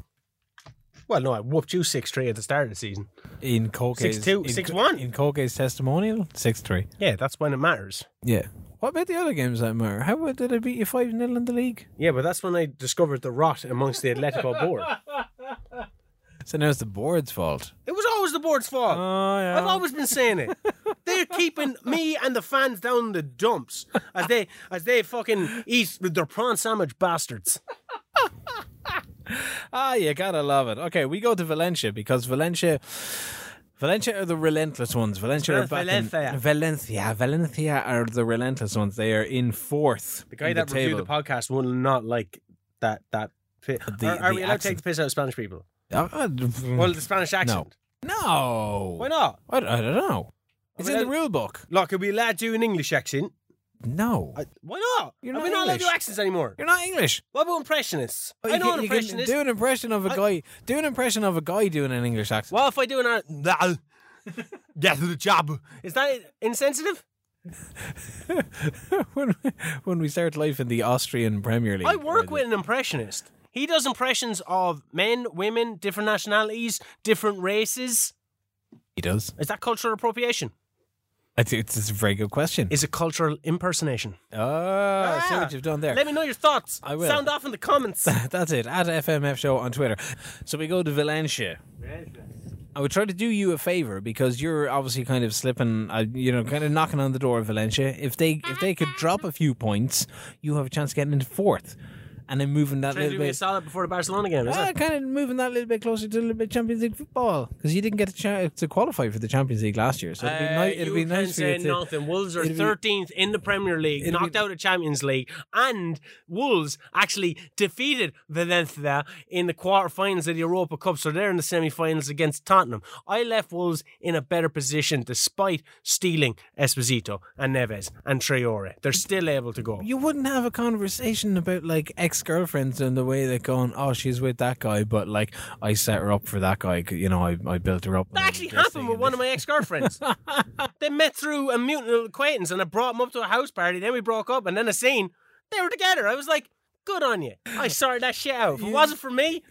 [SPEAKER 3] Well, no, I whooped you six three at the start of the season.
[SPEAKER 2] In Colke's
[SPEAKER 3] 6-2,
[SPEAKER 2] in-
[SPEAKER 3] 6-1.
[SPEAKER 2] in Colke's testimonial, six three.
[SPEAKER 3] Yeah, that's when it matters.
[SPEAKER 2] Yeah. What about the other games that matter? How did I beat you five 0 in the league?
[SPEAKER 3] Yeah, but that's when I discovered the rot amongst the
[SPEAKER 2] *laughs*
[SPEAKER 3] Atletico board.
[SPEAKER 2] So now it's the board's fault.
[SPEAKER 3] It was always the board's fault.
[SPEAKER 2] Oh yeah.
[SPEAKER 3] I've always been
[SPEAKER 2] *laughs*
[SPEAKER 3] saying it. They're keeping me and the fans down the dumps as they as they fucking eat with their prawn sandwich bastards.
[SPEAKER 2] Ah, you gotta love it. Okay, we go to Valencia because Valencia. Valencia are the relentless ones. Valencia are back
[SPEAKER 3] Valencia.
[SPEAKER 2] In, Valencia. Valencia are the relentless ones. They are in fourth.
[SPEAKER 3] The guy
[SPEAKER 2] in
[SPEAKER 3] that
[SPEAKER 2] the
[SPEAKER 3] reviewed
[SPEAKER 2] table.
[SPEAKER 3] the podcast will not like that that. Pi-
[SPEAKER 2] The-
[SPEAKER 3] are are
[SPEAKER 2] the
[SPEAKER 3] we allowed to
[SPEAKER 2] accent.
[SPEAKER 3] take the piss out of Spanish people?
[SPEAKER 2] Oh, God.
[SPEAKER 3] Well, the Spanish accent.
[SPEAKER 2] no.
[SPEAKER 3] Why not?
[SPEAKER 2] I, I don't know. It's
[SPEAKER 3] mean,
[SPEAKER 2] in the
[SPEAKER 3] I-
[SPEAKER 2] rule book.
[SPEAKER 3] Look, are we allowed to do an English accent?
[SPEAKER 2] No.
[SPEAKER 3] I- Why not?
[SPEAKER 2] You're
[SPEAKER 3] Are
[SPEAKER 2] not
[SPEAKER 3] we not allowed to do
[SPEAKER 2] English.
[SPEAKER 3] accents anymore?
[SPEAKER 2] You're not English.
[SPEAKER 3] What about impressionists?
[SPEAKER 2] Oh,
[SPEAKER 3] I know
[SPEAKER 2] can-
[SPEAKER 3] an
[SPEAKER 2] can
[SPEAKER 3] impressionist.
[SPEAKER 2] Do an impression of a
[SPEAKER 3] I-
[SPEAKER 2] guy. Do an impression of a guy doing an English accent.
[SPEAKER 3] Well, if I do an uh, ar-
[SPEAKER 2] *laughs*
[SPEAKER 3] Nah, get to the job. Is that insensitive?
[SPEAKER 2] *laughs* when, we, when we start life in the Austrian Premier League.
[SPEAKER 3] I work
[SPEAKER 2] or
[SPEAKER 3] with an impressionist. He does impressions of men, women, different nationalities, different races.
[SPEAKER 2] the- He does.
[SPEAKER 3] Is that cultural appropriation?
[SPEAKER 2] I think it's, it's a very good question.
[SPEAKER 3] Is it Ah. cultural impersonation?
[SPEAKER 2] oh, I see what you've done there.
[SPEAKER 3] Let me know your thoughts.
[SPEAKER 2] I will.
[SPEAKER 3] Sound off in
[SPEAKER 2] *laughs*
[SPEAKER 3] the comments.
[SPEAKER 2] That's it. At FMF Show on Twitter. So we go to Valencia. I would try to do you a favor because you're obviously kind of slipping, uh, you know, kind of knocking on the door of Valencia. If they if they could drop a few points, you have a chance of getting into fourth, and then moving that
[SPEAKER 3] Trying to
[SPEAKER 2] little
[SPEAKER 3] do me a
[SPEAKER 2] bit.
[SPEAKER 3] solid before the Barcelona game, is
[SPEAKER 2] Ah,
[SPEAKER 3] it?
[SPEAKER 2] kind of moving that little bit closer to a little bit Champions League football because you didn't get a chance to qualify for the Champions League last year. So it'd be,
[SPEAKER 3] Uh,
[SPEAKER 2] ni- it'd
[SPEAKER 3] you
[SPEAKER 2] be
[SPEAKER 3] can
[SPEAKER 2] nice for
[SPEAKER 3] say
[SPEAKER 2] you to.
[SPEAKER 3] nothing. Wolves are
[SPEAKER 2] it'd be-
[SPEAKER 3] thirteenth in the Premier League,
[SPEAKER 2] It'd be-
[SPEAKER 3] knocked out of Champions League, and Wolves actually defeated Valencia in the quarterfinals of the Europa Cup. So they're in the semi-finals against Tottenham. I left Wolves in a better position despite stealing Esposito and Neves and Traore. They're still able to go.
[SPEAKER 2] You wouldn't have a conversation about like ex girlfriends and the way they're going, oh, she's with that guy, but like I set her up for that guy. 'cause, You know, I, I built her up.
[SPEAKER 3] That actually happened with one of
[SPEAKER 2] *laughs*
[SPEAKER 3] my ex-girlfriends. they met through a mutual acquaintance, and I brought them up to a house party. Then we broke up, and then I seen they were together. I was like, Good on you. I sorted that shit out. If it wasn't for me,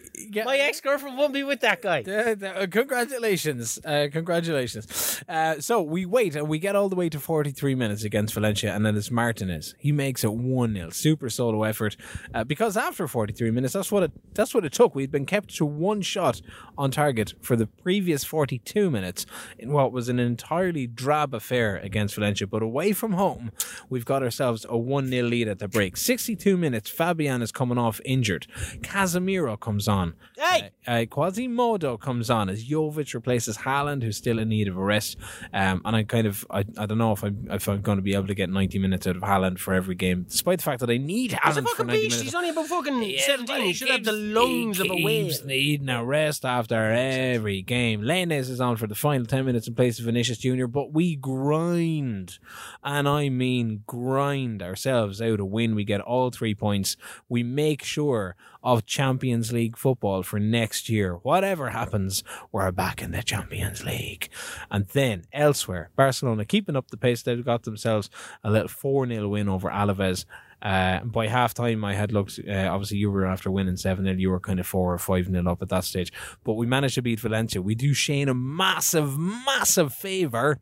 [SPEAKER 3] my ex girlfriend wouldn't be with that guy.
[SPEAKER 2] Uh, *laughs* uh, congratulations. Uh, congratulations. Uh, so we wait and we get all the way to 43 minutes against Valencia, and then it's Martinez. He makes it 1 0. Super solo effort. Uh, because after 43 minutes, that's what, it, that's what it took. We'd been kept to one shot on target for the previous 42 minutes in what was an entirely drab affair against Valencia. But away from home, we've got ourselves a 1 0 lead at the break. 62 minutes. Fabian is coming off injured. Casemiro comes on.
[SPEAKER 3] Hey,
[SPEAKER 2] Uh, Quasimodo comes on as Jovic replaces Haaland, who's still in need of a rest. Um, and I kind of, I, I don't know if I'm, if I'm going to be able to get 90 minutes out of Haaland for every game, despite the fact that I need
[SPEAKER 3] he's a
[SPEAKER 2] Haaland for
[SPEAKER 3] fucking
[SPEAKER 2] 90
[SPEAKER 3] beast.
[SPEAKER 2] minutes.
[SPEAKER 3] He's only about fucking
[SPEAKER 2] Yes, but
[SPEAKER 3] seventeen. He should have the
[SPEAKER 2] keeps-
[SPEAKER 3] lungs of a
[SPEAKER 2] he
[SPEAKER 3] whale.
[SPEAKER 2] keeps needing a rest after every game. Lanes is on for the final 10 minutes in place of Vinicius Jr., but we grind, and I mean grind ourselves out a win. We get all three points. We make sure of Champions League football for next year. Whatever happens, we're back in the Champions League. And then elsewhere, Barcelona keeping up the pace. They've got themselves a little 4 0 win over Alaves. Uh, by half time, I had looked. Uh, obviously, you were after winning 7 0, you were kind of 4 or 5 0 up at that stage. But we managed to beat Valencia. We do Shane a massive, massive favour.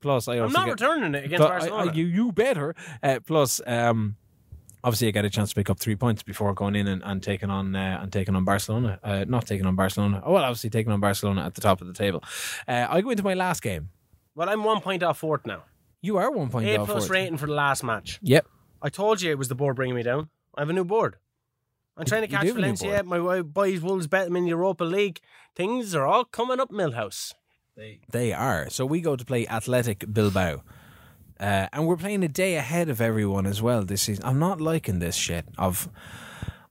[SPEAKER 2] Plus, I also
[SPEAKER 3] I'm not
[SPEAKER 2] get,
[SPEAKER 3] returning it against
[SPEAKER 2] but I- I-
[SPEAKER 3] Barcelona.
[SPEAKER 2] you, you better. Uh, plus, um, obviously, I get a chance to pick up three points before going in and, and taking on uh, and taking on Barcelona. Uh, not taking on Barcelona. Oh, well, obviously taking on Barcelona at the top of the table. Uh, I go into my last game.
[SPEAKER 3] well, I'm one point off fourth now.
[SPEAKER 2] You are one point oh
[SPEAKER 3] A
[SPEAKER 2] off.
[SPEAKER 3] plus
[SPEAKER 2] fourth.
[SPEAKER 3] rating for the last match.
[SPEAKER 2] Yep.
[SPEAKER 3] I told you it was the board bringing me down. I have a new board. I'm trying to
[SPEAKER 2] you do
[SPEAKER 3] catch
[SPEAKER 2] have a new
[SPEAKER 3] Valencia. My wi- boys Wolves bet them in Europa League. Things are all coming up, Millhouse.
[SPEAKER 2] They are. So we go to play Athletic Bilbao. Uh, and we're playing a day ahead of everyone as well this season. I'm not liking this shit of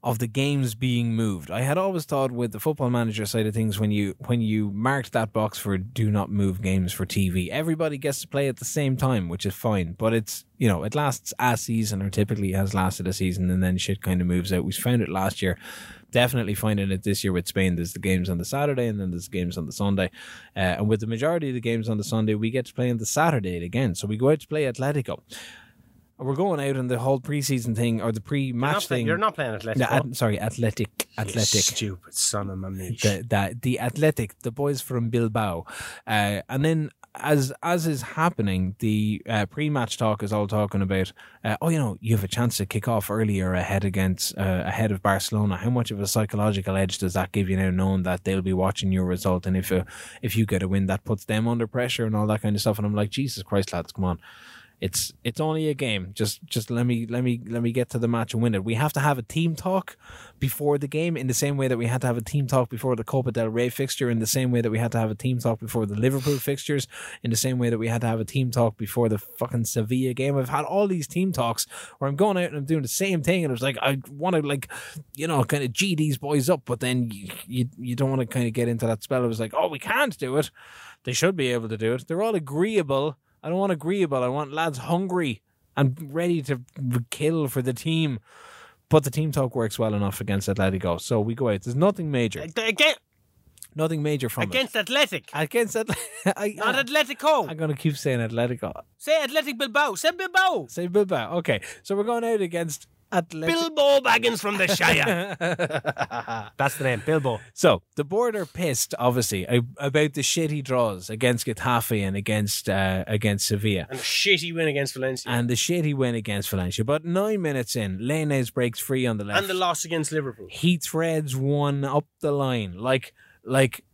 [SPEAKER 2] of the games being moved. I had always thought with the football manager side of things when you when you marked that box for do not move games for TV, everybody gets to play at the same time, which is fine. But it's you know, it lasts a season or typically has lasted a season and then shit kind of moves out. We found it last year. Definitely finding it this year with Spain. There's the games on the Saturday and then there's games on the Sunday. Uh, and with the majority of the games on the Sunday, we get to play on the Saturday again. So we go out to play Atletico. We're going out in the whole preseason thing or the
[SPEAKER 3] Not
[SPEAKER 2] pre-match
[SPEAKER 3] play-
[SPEAKER 2] thing.
[SPEAKER 3] you're not playing Atletico.
[SPEAKER 2] No, at, sorry, Athletic. Athletic.
[SPEAKER 3] Stupid son of a bitch.
[SPEAKER 2] The, the, the Athletic, the boys from Bilbao. Uh, and then, as as is happening, the uh, pre match talk is all talking about, uh, oh, you know, you have a chance to kick off earlier ahead against uh, ahead of Barcelona. How much of a psychological edge does that give you now, knowing that they'll be watching your result? And if, uh, if you get a win, that puts them under pressure and all that kind of stuff. And I'm like, Jesus Christ, lads, come on it's it's only a game. Just just let me let me let me get to the match and win it. We have to have a team talk before the game in the same way that we had to have a team talk before the Copa del Rey fixture, in the same way that we had to have a team talk before the Liverpool fixtures, in the same way that we had to have a team talk before the fucking Sevilla game. I've had all these team talks where I'm going out and I'm doing the same thing, and it's like I want to like you know kind of g these boys up, but then you you, you don't want to kind of get into that spell. It was like oh we can't do it. They should be able to do it. They're all agreeable. I don't want agreeable. I want lads hungry and ready to kill for the team. But the team talk works well enough against Atletico, so we go out. There's nothing major,
[SPEAKER 3] Again,
[SPEAKER 2] nothing major from
[SPEAKER 3] against Athletic.
[SPEAKER 2] it. against Atle- *laughs* I,
[SPEAKER 3] Not
[SPEAKER 2] I'm
[SPEAKER 3] Atletico.
[SPEAKER 2] gonna keep saying Atletico.
[SPEAKER 3] Say Athletic Bilbao. Say Bilbao.
[SPEAKER 2] Say Bilbao. Okay, so we're going out against Atletico.
[SPEAKER 3] Bilbo Baggins from the Shire. That's the name, Bilbo.
[SPEAKER 2] So the board are pissed, obviously, a- about the shitty draws against Getafe and against uh, against Sevilla.
[SPEAKER 3] And a shitty win against Valencia.
[SPEAKER 2] And the shitty win against Valencia. But nine minutes in, Lenez breaks free on the left.
[SPEAKER 3] And the loss against Liverpool.
[SPEAKER 2] he threads one up the line like like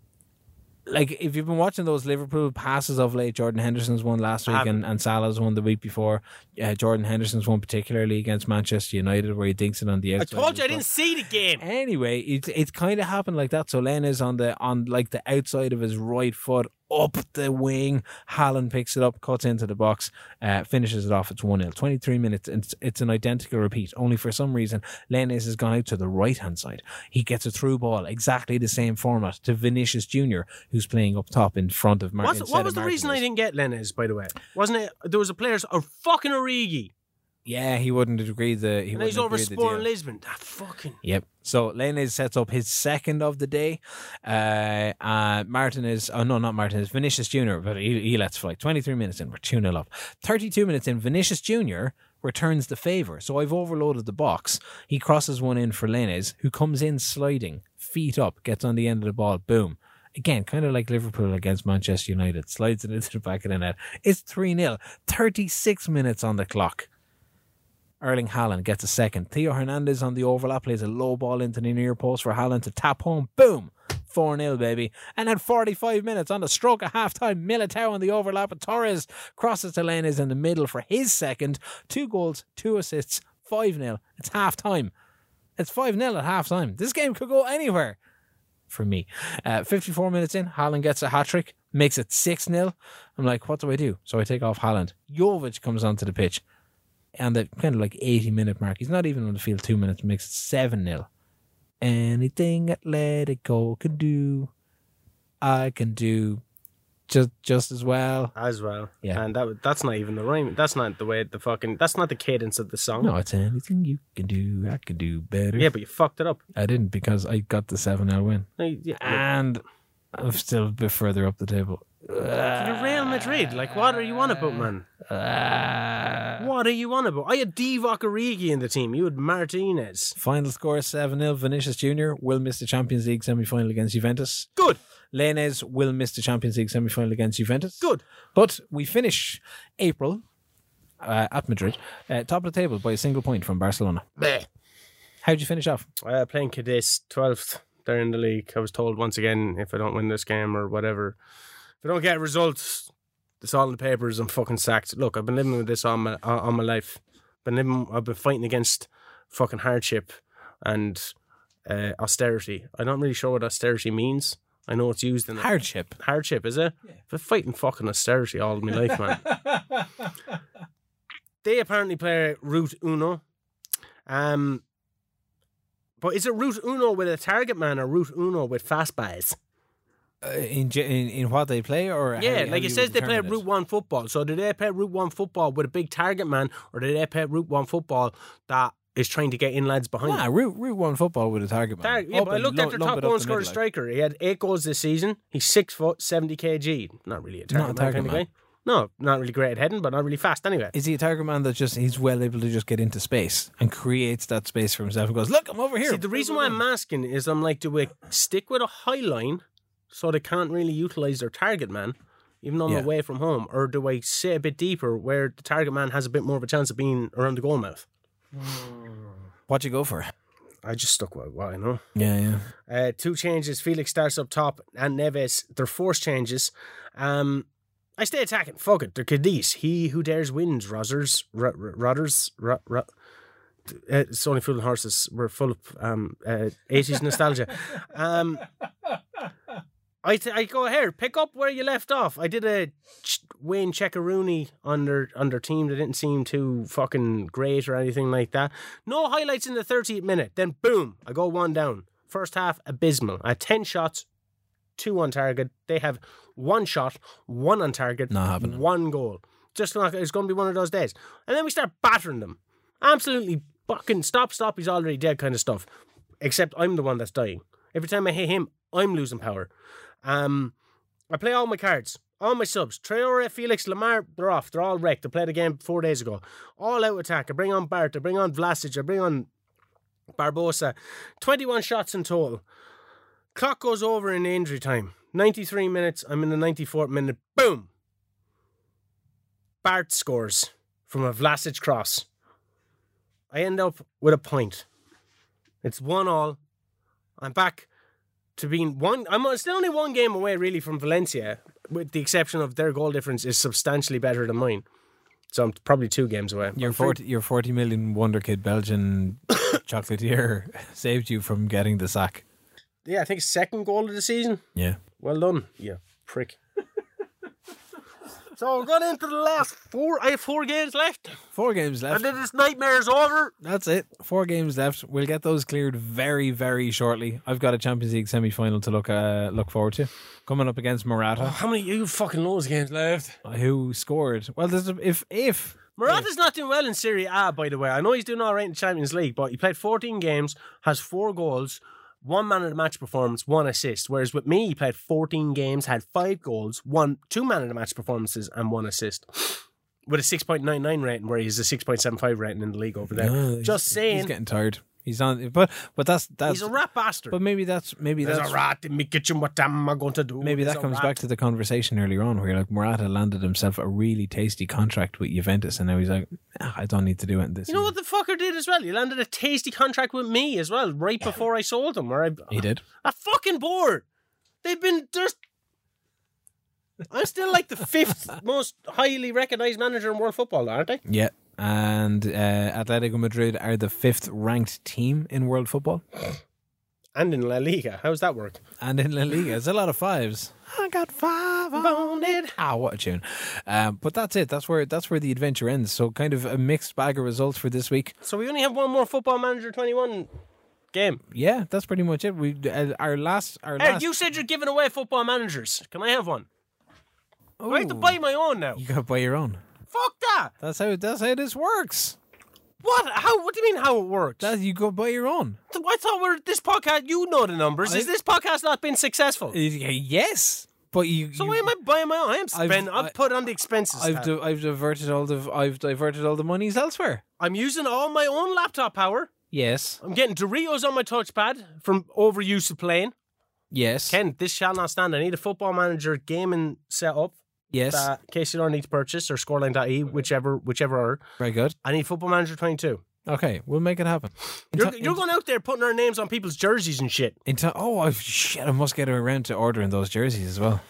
[SPEAKER 2] like if you've been watching those Liverpool passes of late, Jordan Henderson's one last week and, and Salah's one the week before. Uh, Jordan Henderson's one particularly against Manchester United where he dinks it on the
[SPEAKER 3] I
[SPEAKER 2] outside.
[SPEAKER 3] told you I
[SPEAKER 2] as well.
[SPEAKER 3] didn't see the game.
[SPEAKER 2] Anyway, it it kind of happened like that. So Len is on the on like the outside of his right foot up the wing. Hallen picks it up, cuts into the box, uh, finishes it off. It's 1 0. 23 minutes. It's, it's an identical repeat, only for some reason, Len is has gone out to the right hand side. He gets a through ball, exactly the same format, to Vinicius Jr., who's playing up top in front of Martin.
[SPEAKER 3] What's, what was the reason I didn't get Lenez, by the way? Wasn't it? There was a player's a fucking Origi.
[SPEAKER 2] Yeah, he wouldn't agree the. He
[SPEAKER 3] And
[SPEAKER 2] wouldn't
[SPEAKER 3] he's over
[SPEAKER 2] agree the deal.
[SPEAKER 3] Sporting Lisbon. That fucking.
[SPEAKER 2] Yep. So Lenez sets up his second of the day. Uh, uh, Martinez, oh no, not Martinez, Vinicius Jr., but he, he lets fly. 23 minutes in, we're 2 0 up. 32 minutes in, Vinicius Jr. returns the favour. So I've overloaded the box. He crosses one in for Lenez, who comes in sliding, feet up, gets on the end of the ball, boom. Again, kind of like Liverpool against Manchester United, slides it into the back of the net. It's 3 0, 36 minutes on the clock. Erling Haaland gets a second. Theo Hernandez on the overlap plays a low ball into the near post for Haaland to tap home. Boom! 4 0, baby. And at 45 minutes on the stroke of half time, Militao on the overlap with Torres crosses to Lenez in the middle for his second. Two goals, two assists, 5 0. It's half time. It's 5 0 at half time. This game could go anywhere for me. Uh, 54 minutes in, Haaland gets a hat trick, makes it 6 0. I'm like, what do I do? So I take off Haaland. Jovic comes onto the pitch and the kind of like 80 minute mark. He's not even on the field two minutes, makes it 7 0. Anything Atletico can do, I can do just just as well.
[SPEAKER 3] as well.
[SPEAKER 2] Yeah.
[SPEAKER 3] and that w- that's not even the rhyme. That's not the way the fucking. That's not the cadence of the song.
[SPEAKER 2] No, it's anything you can do, I can do better.
[SPEAKER 3] Yeah, but you fucked it up.
[SPEAKER 2] I didn't because I got the 7 0 win.
[SPEAKER 3] No, you- yeah,
[SPEAKER 2] And I'm still a bit further up the table.
[SPEAKER 3] Uh, you're Real Madrid. Like, what are you on about, man?
[SPEAKER 2] Uh,
[SPEAKER 3] What are you on about? I had Divock Origi in the team. You had Martinez.
[SPEAKER 2] Final score 7 0. Vinicius Jr. will miss the Champions League semi final against Juventus.
[SPEAKER 3] Good,
[SPEAKER 2] Lenez will miss the Champions League semi final against Juventus.
[SPEAKER 3] good.
[SPEAKER 2] But we finish April uh, at Madrid, uh, top of the table by a single point from Barcelona. How'd you finish off?
[SPEAKER 3] Uh, playing Cadiz, twelfth. They're in the league. I was told once again, if I don't win this game or whatever, if I don't get results, it's all in the papers. I'm fucking sacked. Look, I've been living with this on my on on my life. Been living. I've been fighting against fucking hardship and uh, austerity. I'm not really sure what austerity means. I know it's used in the
[SPEAKER 2] Hardship.
[SPEAKER 3] hardship, is it? Yeah. But fighting fucking austerity all of my
[SPEAKER 2] *laughs*
[SPEAKER 3] life, man. they apparently play Route Uno. Um, but is it Route Uno with a target man or Route Uno with fastballs?
[SPEAKER 2] Uh, in, ge- in in what they play, or how-
[SPEAKER 3] Yeah,
[SPEAKER 2] how
[SPEAKER 3] like
[SPEAKER 2] you
[SPEAKER 3] it says they play
[SPEAKER 2] determine it?
[SPEAKER 3] Route 1 football. So do they play Route 1 football with a big target man or do they play Route 1 football that is trying to get in lads behind?
[SPEAKER 2] Nah,
[SPEAKER 3] them?
[SPEAKER 2] Ah, route route one football with a target man.
[SPEAKER 3] Tar- yeah, but I
[SPEAKER 2] Open,
[SPEAKER 3] looked
[SPEAKER 2] lo-
[SPEAKER 3] at their
[SPEAKER 2] lump
[SPEAKER 3] top
[SPEAKER 2] it up
[SPEAKER 3] goal
[SPEAKER 2] the
[SPEAKER 3] scorer
[SPEAKER 2] middle, like.
[SPEAKER 3] striker. He had eight goals this season. He's six foot, seventy kg. Not really a target,
[SPEAKER 2] a
[SPEAKER 3] man
[SPEAKER 2] target
[SPEAKER 3] kind of
[SPEAKER 2] man.
[SPEAKER 3] guy. No, not really great at heading, but not really fast anyway.
[SPEAKER 2] Is he a target man that just he's well able to just get into space and creates that space for himself and goes, look, I'm over here.
[SPEAKER 3] See, the reason why I'm asking is I'm like, do we stick with a high line so they can't really utilize their target man, even on
[SPEAKER 2] Yeah.
[SPEAKER 3] they're away from home, or do I sit a bit deeper where the target man has a bit more of a chance of being around the goal mouth?
[SPEAKER 2] What you go for?
[SPEAKER 3] I just stuck with what I know.
[SPEAKER 2] Yeah, yeah.
[SPEAKER 3] Uh, two changes. Felix starts up top, and Neves. They're forced changes. Um, I stay attacking. Fuck it. They're Cadiz. He who dares wins. Rodders. Ro- ro- Rodders. Ro- ro- uh, it's only fooling horses. We're full of um, uh, 80s nostalgia. Um, I, th- I go here. Pick up where you left off. I did a Ch- Wayne Checkeroni on their, on their team. They didn't seem too fucking great or anything like that. No highlights in the 30th minute. Then boom, I go one down. First half, abysmal. I had 10 shots, two on target. They have one shot, one on target,
[SPEAKER 2] Not happening.
[SPEAKER 3] one goal. Just like it's going to be one of those days. And then we start battering them. Absolutely fucking stop, stop, he's already dead kind of stuff. Except I'm the one that's dying. Every time I hit him, I'm losing power. Um, I play all my cards, all my subs. Traore, Felix, Lamar, they're off. They're all wrecked. I played the game four days ago. All out attack. I bring on Bart. I bring on Vlasic. I bring on Barbosa. 21 shots in total. Clock goes over in injury time. 93 minutes. I'm in the 94th minute. Boom. Bart scores from a Vlasic cross. I end up with a point. It's one all. I'm back to being one. I'm still only one game away, really, from Valencia, with the exception of their goal difference is substantially better than mine. So I'm probably two games away.
[SPEAKER 2] Your forty, your forty million wonder kid
[SPEAKER 3] *coughs*
[SPEAKER 2] Belgian chocolatier saved you from getting the sack.
[SPEAKER 3] Yeah, I think second goal of the season.
[SPEAKER 2] Yeah.
[SPEAKER 3] Well done, yeah, prick. *laughs* so we're going into the last four. I have four games left,
[SPEAKER 2] Four games left.
[SPEAKER 3] and then this nightmare is over.
[SPEAKER 2] That's it. Four games left. We'll get those cleared very, very shortly. I've got a Champions League semi-final to look uh, look forward to. Coming up against
[SPEAKER 3] *sighs*
[SPEAKER 2] Morata,
[SPEAKER 3] How many you fucking loads games left?
[SPEAKER 2] who scored. Well, there's a, if if
[SPEAKER 3] Morata's not doing well in Serie A, by the way. I know he's doing all right in Champions League, but he played 14 games, has four goals, one man of the match performance, one assist. Whereas with me, he played 14 games, had five goals, one two man of the match performances, and one assist. *sighs* with a 6.99 rating, where he's a 6.75 rating in the league over there.
[SPEAKER 2] No, he's-
[SPEAKER 3] Just saying,
[SPEAKER 2] He's
[SPEAKER 3] he's,
[SPEAKER 2] getting tired. He's on, but but that's that's.
[SPEAKER 3] a rat bastard.
[SPEAKER 2] but maybe that's maybe
[SPEAKER 3] There's
[SPEAKER 2] that's
[SPEAKER 3] a rat in my kitchen. What am I going to do?
[SPEAKER 2] Maybe
[SPEAKER 3] There's
[SPEAKER 2] that
[SPEAKER 3] a
[SPEAKER 2] comes
[SPEAKER 3] rat.
[SPEAKER 2] back to the conversation earlier on where you're like Morata landed himself a really tasty contract with Juventus and now he's like, "Ah, I don't need to do it this
[SPEAKER 3] You know
[SPEAKER 2] season."
[SPEAKER 3] what the fucker did as well? He landed a tasty contract with me as well, right before I sold him. Where I,
[SPEAKER 2] He did.
[SPEAKER 3] I'm fucking bored. They've been just. I'm still like the fifth
[SPEAKER 2] *laughs*
[SPEAKER 3] most highly recognized manager in world football, aren't I?
[SPEAKER 2] Yeah. And uh, Atletico Madrid are the fifth ranked team in world football
[SPEAKER 3] And in La Liga. How's that work?
[SPEAKER 2] and in La Liga. It's a lot of fives. I got five on it. Ah, what a tune! Um, but that's it. That's where that's where the adventure ends. So kind of a mixed bag of results for this week.
[SPEAKER 3] So we only have one more Football Manager 21 game.
[SPEAKER 2] Yeah, that's pretty much it. We uh, our last our
[SPEAKER 3] Hey,
[SPEAKER 2] last.
[SPEAKER 3] you said you're giving away Football Managers. Can I have one? I have to
[SPEAKER 2] Ooh.
[SPEAKER 3] buy my own now.
[SPEAKER 2] You got to buy your own.
[SPEAKER 3] Fuck that.
[SPEAKER 2] That's how that's how this works.
[SPEAKER 3] What? How? What do you mean how it works?
[SPEAKER 2] That you go buy your own.
[SPEAKER 3] I thought we're this podcast. You know the numbers. Is
[SPEAKER 2] I-
[SPEAKER 3] this podcast not been successful?
[SPEAKER 2] Uh, Yes, but you.
[SPEAKER 3] So
[SPEAKER 2] you,
[SPEAKER 3] why am I buying my own? I am spending. I've,
[SPEAKER 2] I-
[SPEAKER 3] put on the expenses.
[SPEAKER 2] I've
[SPEAKER 3] tab.
[SPEAKER 2] di- I've diverted all the I've diverted all the monies elsewhere.
[SPEAKER 3] I'm using all my own laptop power.
[SPEAKER 2] Yes,
[SPEAKER 3] I'm getting Doritos on my touchpad from overuse of playing.
[SPEAKER 2] yes,
[SPEAKER 3] Ken, this shall not stand. I need a football manager gaming setup.
[SPEAKER 2] yes.
[SPEAKER 3] Uh, KCR needs purchase or scoreline.e, whichever, whichever order.
[SPEAKER 2] Very good.
[SPEAKER 3] I need football manager 22.
[SPEAKER 2] Okay, we'll make it happen. In
[SPEAKER 3] You're,
[SPEAKER 2] ti-
[SPEAKER 3] you're
[SPEAKER 2] in-
[SPEAKER 3] going out there putting our names on people's jerseys and shit.
[SPEAKER 2] in ti- oh I, shit! I must get around to ordering those jerseys as well.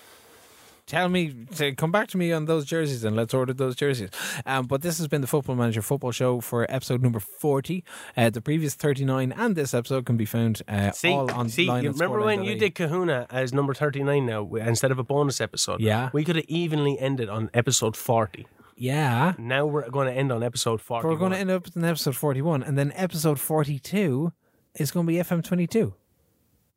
[SPEAKER 2] Tell me, to come back to me on those jerseys, and let's order those jerseys. Um, but this has been the Football Manager Football Show for episode number forty. Uh, the previous thirty-nine and this episode can be found uh,
[SPEAKER 3] See,
[SPEAKER 2] all on
[SPEAKER 3] see,
[SPEAKER 2] line
[SPEAKER 3] you
[SPEAKER 2] on
[SPEAKER 3] remember when
[SPEAKER 2] scoreline.ie.
[SPEAKER 3] you did Kahuna as number 39 now w- instead of a bonus episode?
[SPEAKER 2] Yeah.
[SPEAKER 3] We could have evenly ended on episode 40.
[SPEAKER 2] Yeah.
[SPEAKER 3] Now we're going to end on episode 40.
[SPEAKER 2] But we're going to end up in episode 41, and then episode 42 is going to be FM22.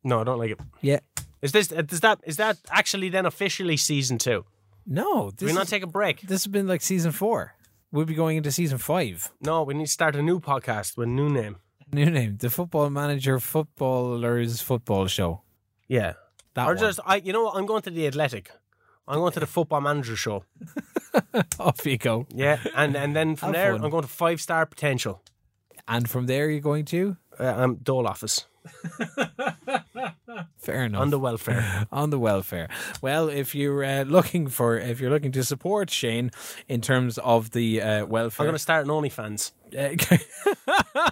[SPEAKER 3] No, I don't like it.
[SPEAKER 2] Yeah.
[SPEAKER 3] Is this uh, does that is that actually then officially season two?
[SPEAKER 2] No,
[SPEAKER 3] Do
[SPEAKER 2] this,
[SPEAKER 3] we not
[SPEAKER 2] is-
[SPEAKER 3] take a break?
[SPEAKER 2] this has been like season four. We'll be going into season five.
[SPEAKER 3] No, we need to start a new podcast with a new name.
[SPEAKER 2] New name The Football Manager Footballers Football Show.
[SPEAKER 3] Yeah,
[SPEAKER 2] That
[SPEAKER 3] or
[SPEAKER 2] one.
[SPEAKER 3] just I. You know what? I'm going to the Athletic. I'm going to the Football Manager show.
[SPEAKER 2] *laughs* Off you go.
[SPEAKER 3] Yeah, and and then from
[SPEAKER 2] Have
[SPEAKER 3] there
[SPEAKER 2] fun.
[SPEAKER 3] I'm going to Five Star Potential.
[SPEAKER 2] And from there, you're going to?
[SPEAKER 3] Uh, um, Dole office
[SPEAKER 2] Fair enough.
[SPEAKER 3] on the welfare.
[SPEAKER 2] on the welfare. Well, if you're uh, looking for, if you're looking to support Shane in terms of the uh,
[SPEAKER 3] I'm
[SPEAKER 2] welfare,
[SPEAKER 3] going to start an OnlyFans.
[SPEAKER 2] uh,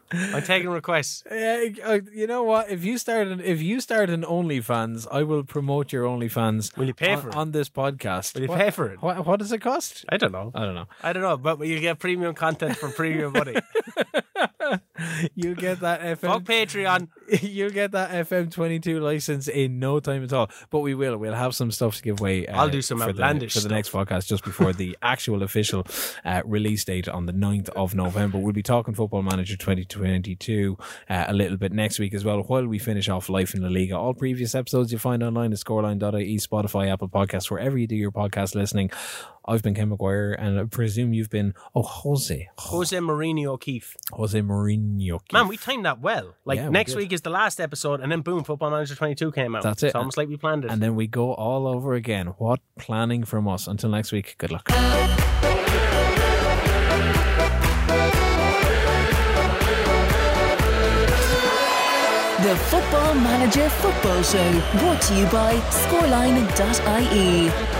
[SPEAKER 3] I'm taking requests.
[SPEAKER 2] Yeah, *laughs* uh, you know what? If you start an if you start an OnlyFans, I will promote your OnlyFans.
[SPEAKER 3] Will you pay
[SPEAKER 2] on,
[SPEAKER 3] for it?
[SPEAKER 2] on this podcast?
[SPEAKER 3] Will you
[SPEAKER 2] What-
[SPEAKER 3] pay for it?
[SPEAKER 2] What, what does it cost?
[SPEAKER 3] I don't know.
[SPEAKER 2] I don't
[SPEAKER 3] *laughs*
[SPEAKER 2] know.
[SPEAKER 3] I don't know, but you get premium content for
[SPEAKER 2] *laughs*
[SPEAKER 3] premium money.
[SPEAKER 2] You get that
[SPEAKER 3] Fuck
[SPEAKER 2] FM.
[SPEAKER 3] Patreon.
[SPEAKER 2] *laughs* you get that FM twenty two license in no time at all. But we will. We'll have some stuff to give away. uh,
[SPEAKER 3] I'll do some
[SPEAKER 2] for the-
[SPEAKER 3] outlandish
[SPEAKER 2] for the next podcast, just before
[SPEAKER 3] *laughs*
[SPEAKER 2] the actual official uh, release date on the 9th of November. We'll be talking Football Manager twenty twenty two uh, a little bit next week as well. While we finish off life in La Liga, all previous episodes you find online at scoreline.ie, Spotify, Apple Podcasts, wherever you do your podcast listening. I've been Ken McGuire, and I presume you've been oh Jose
[SPEAKER 3] Jose Mourinho O'Keefe.
[SPEAKER 2] Jose Mourinho.
[SPEAKER 3] Man, we timed that well. Like
[SPEAKER 2] Yeah, we
[SPEAKER 3] next
[SPEAKER 2] did.
[SPEAKER 3] week is the last episode, and then boom, Football Manager 22 came out.
[SPEAKER 2] That's it.
[SPEAKER 3] It's almost like we planned it.
[SPEAKER 2] and then we go all over again. What planning from us? Until next week. Good luck.
[SPEAKER 1] The Football Manager Football Show, brought to you by scoreline.ie.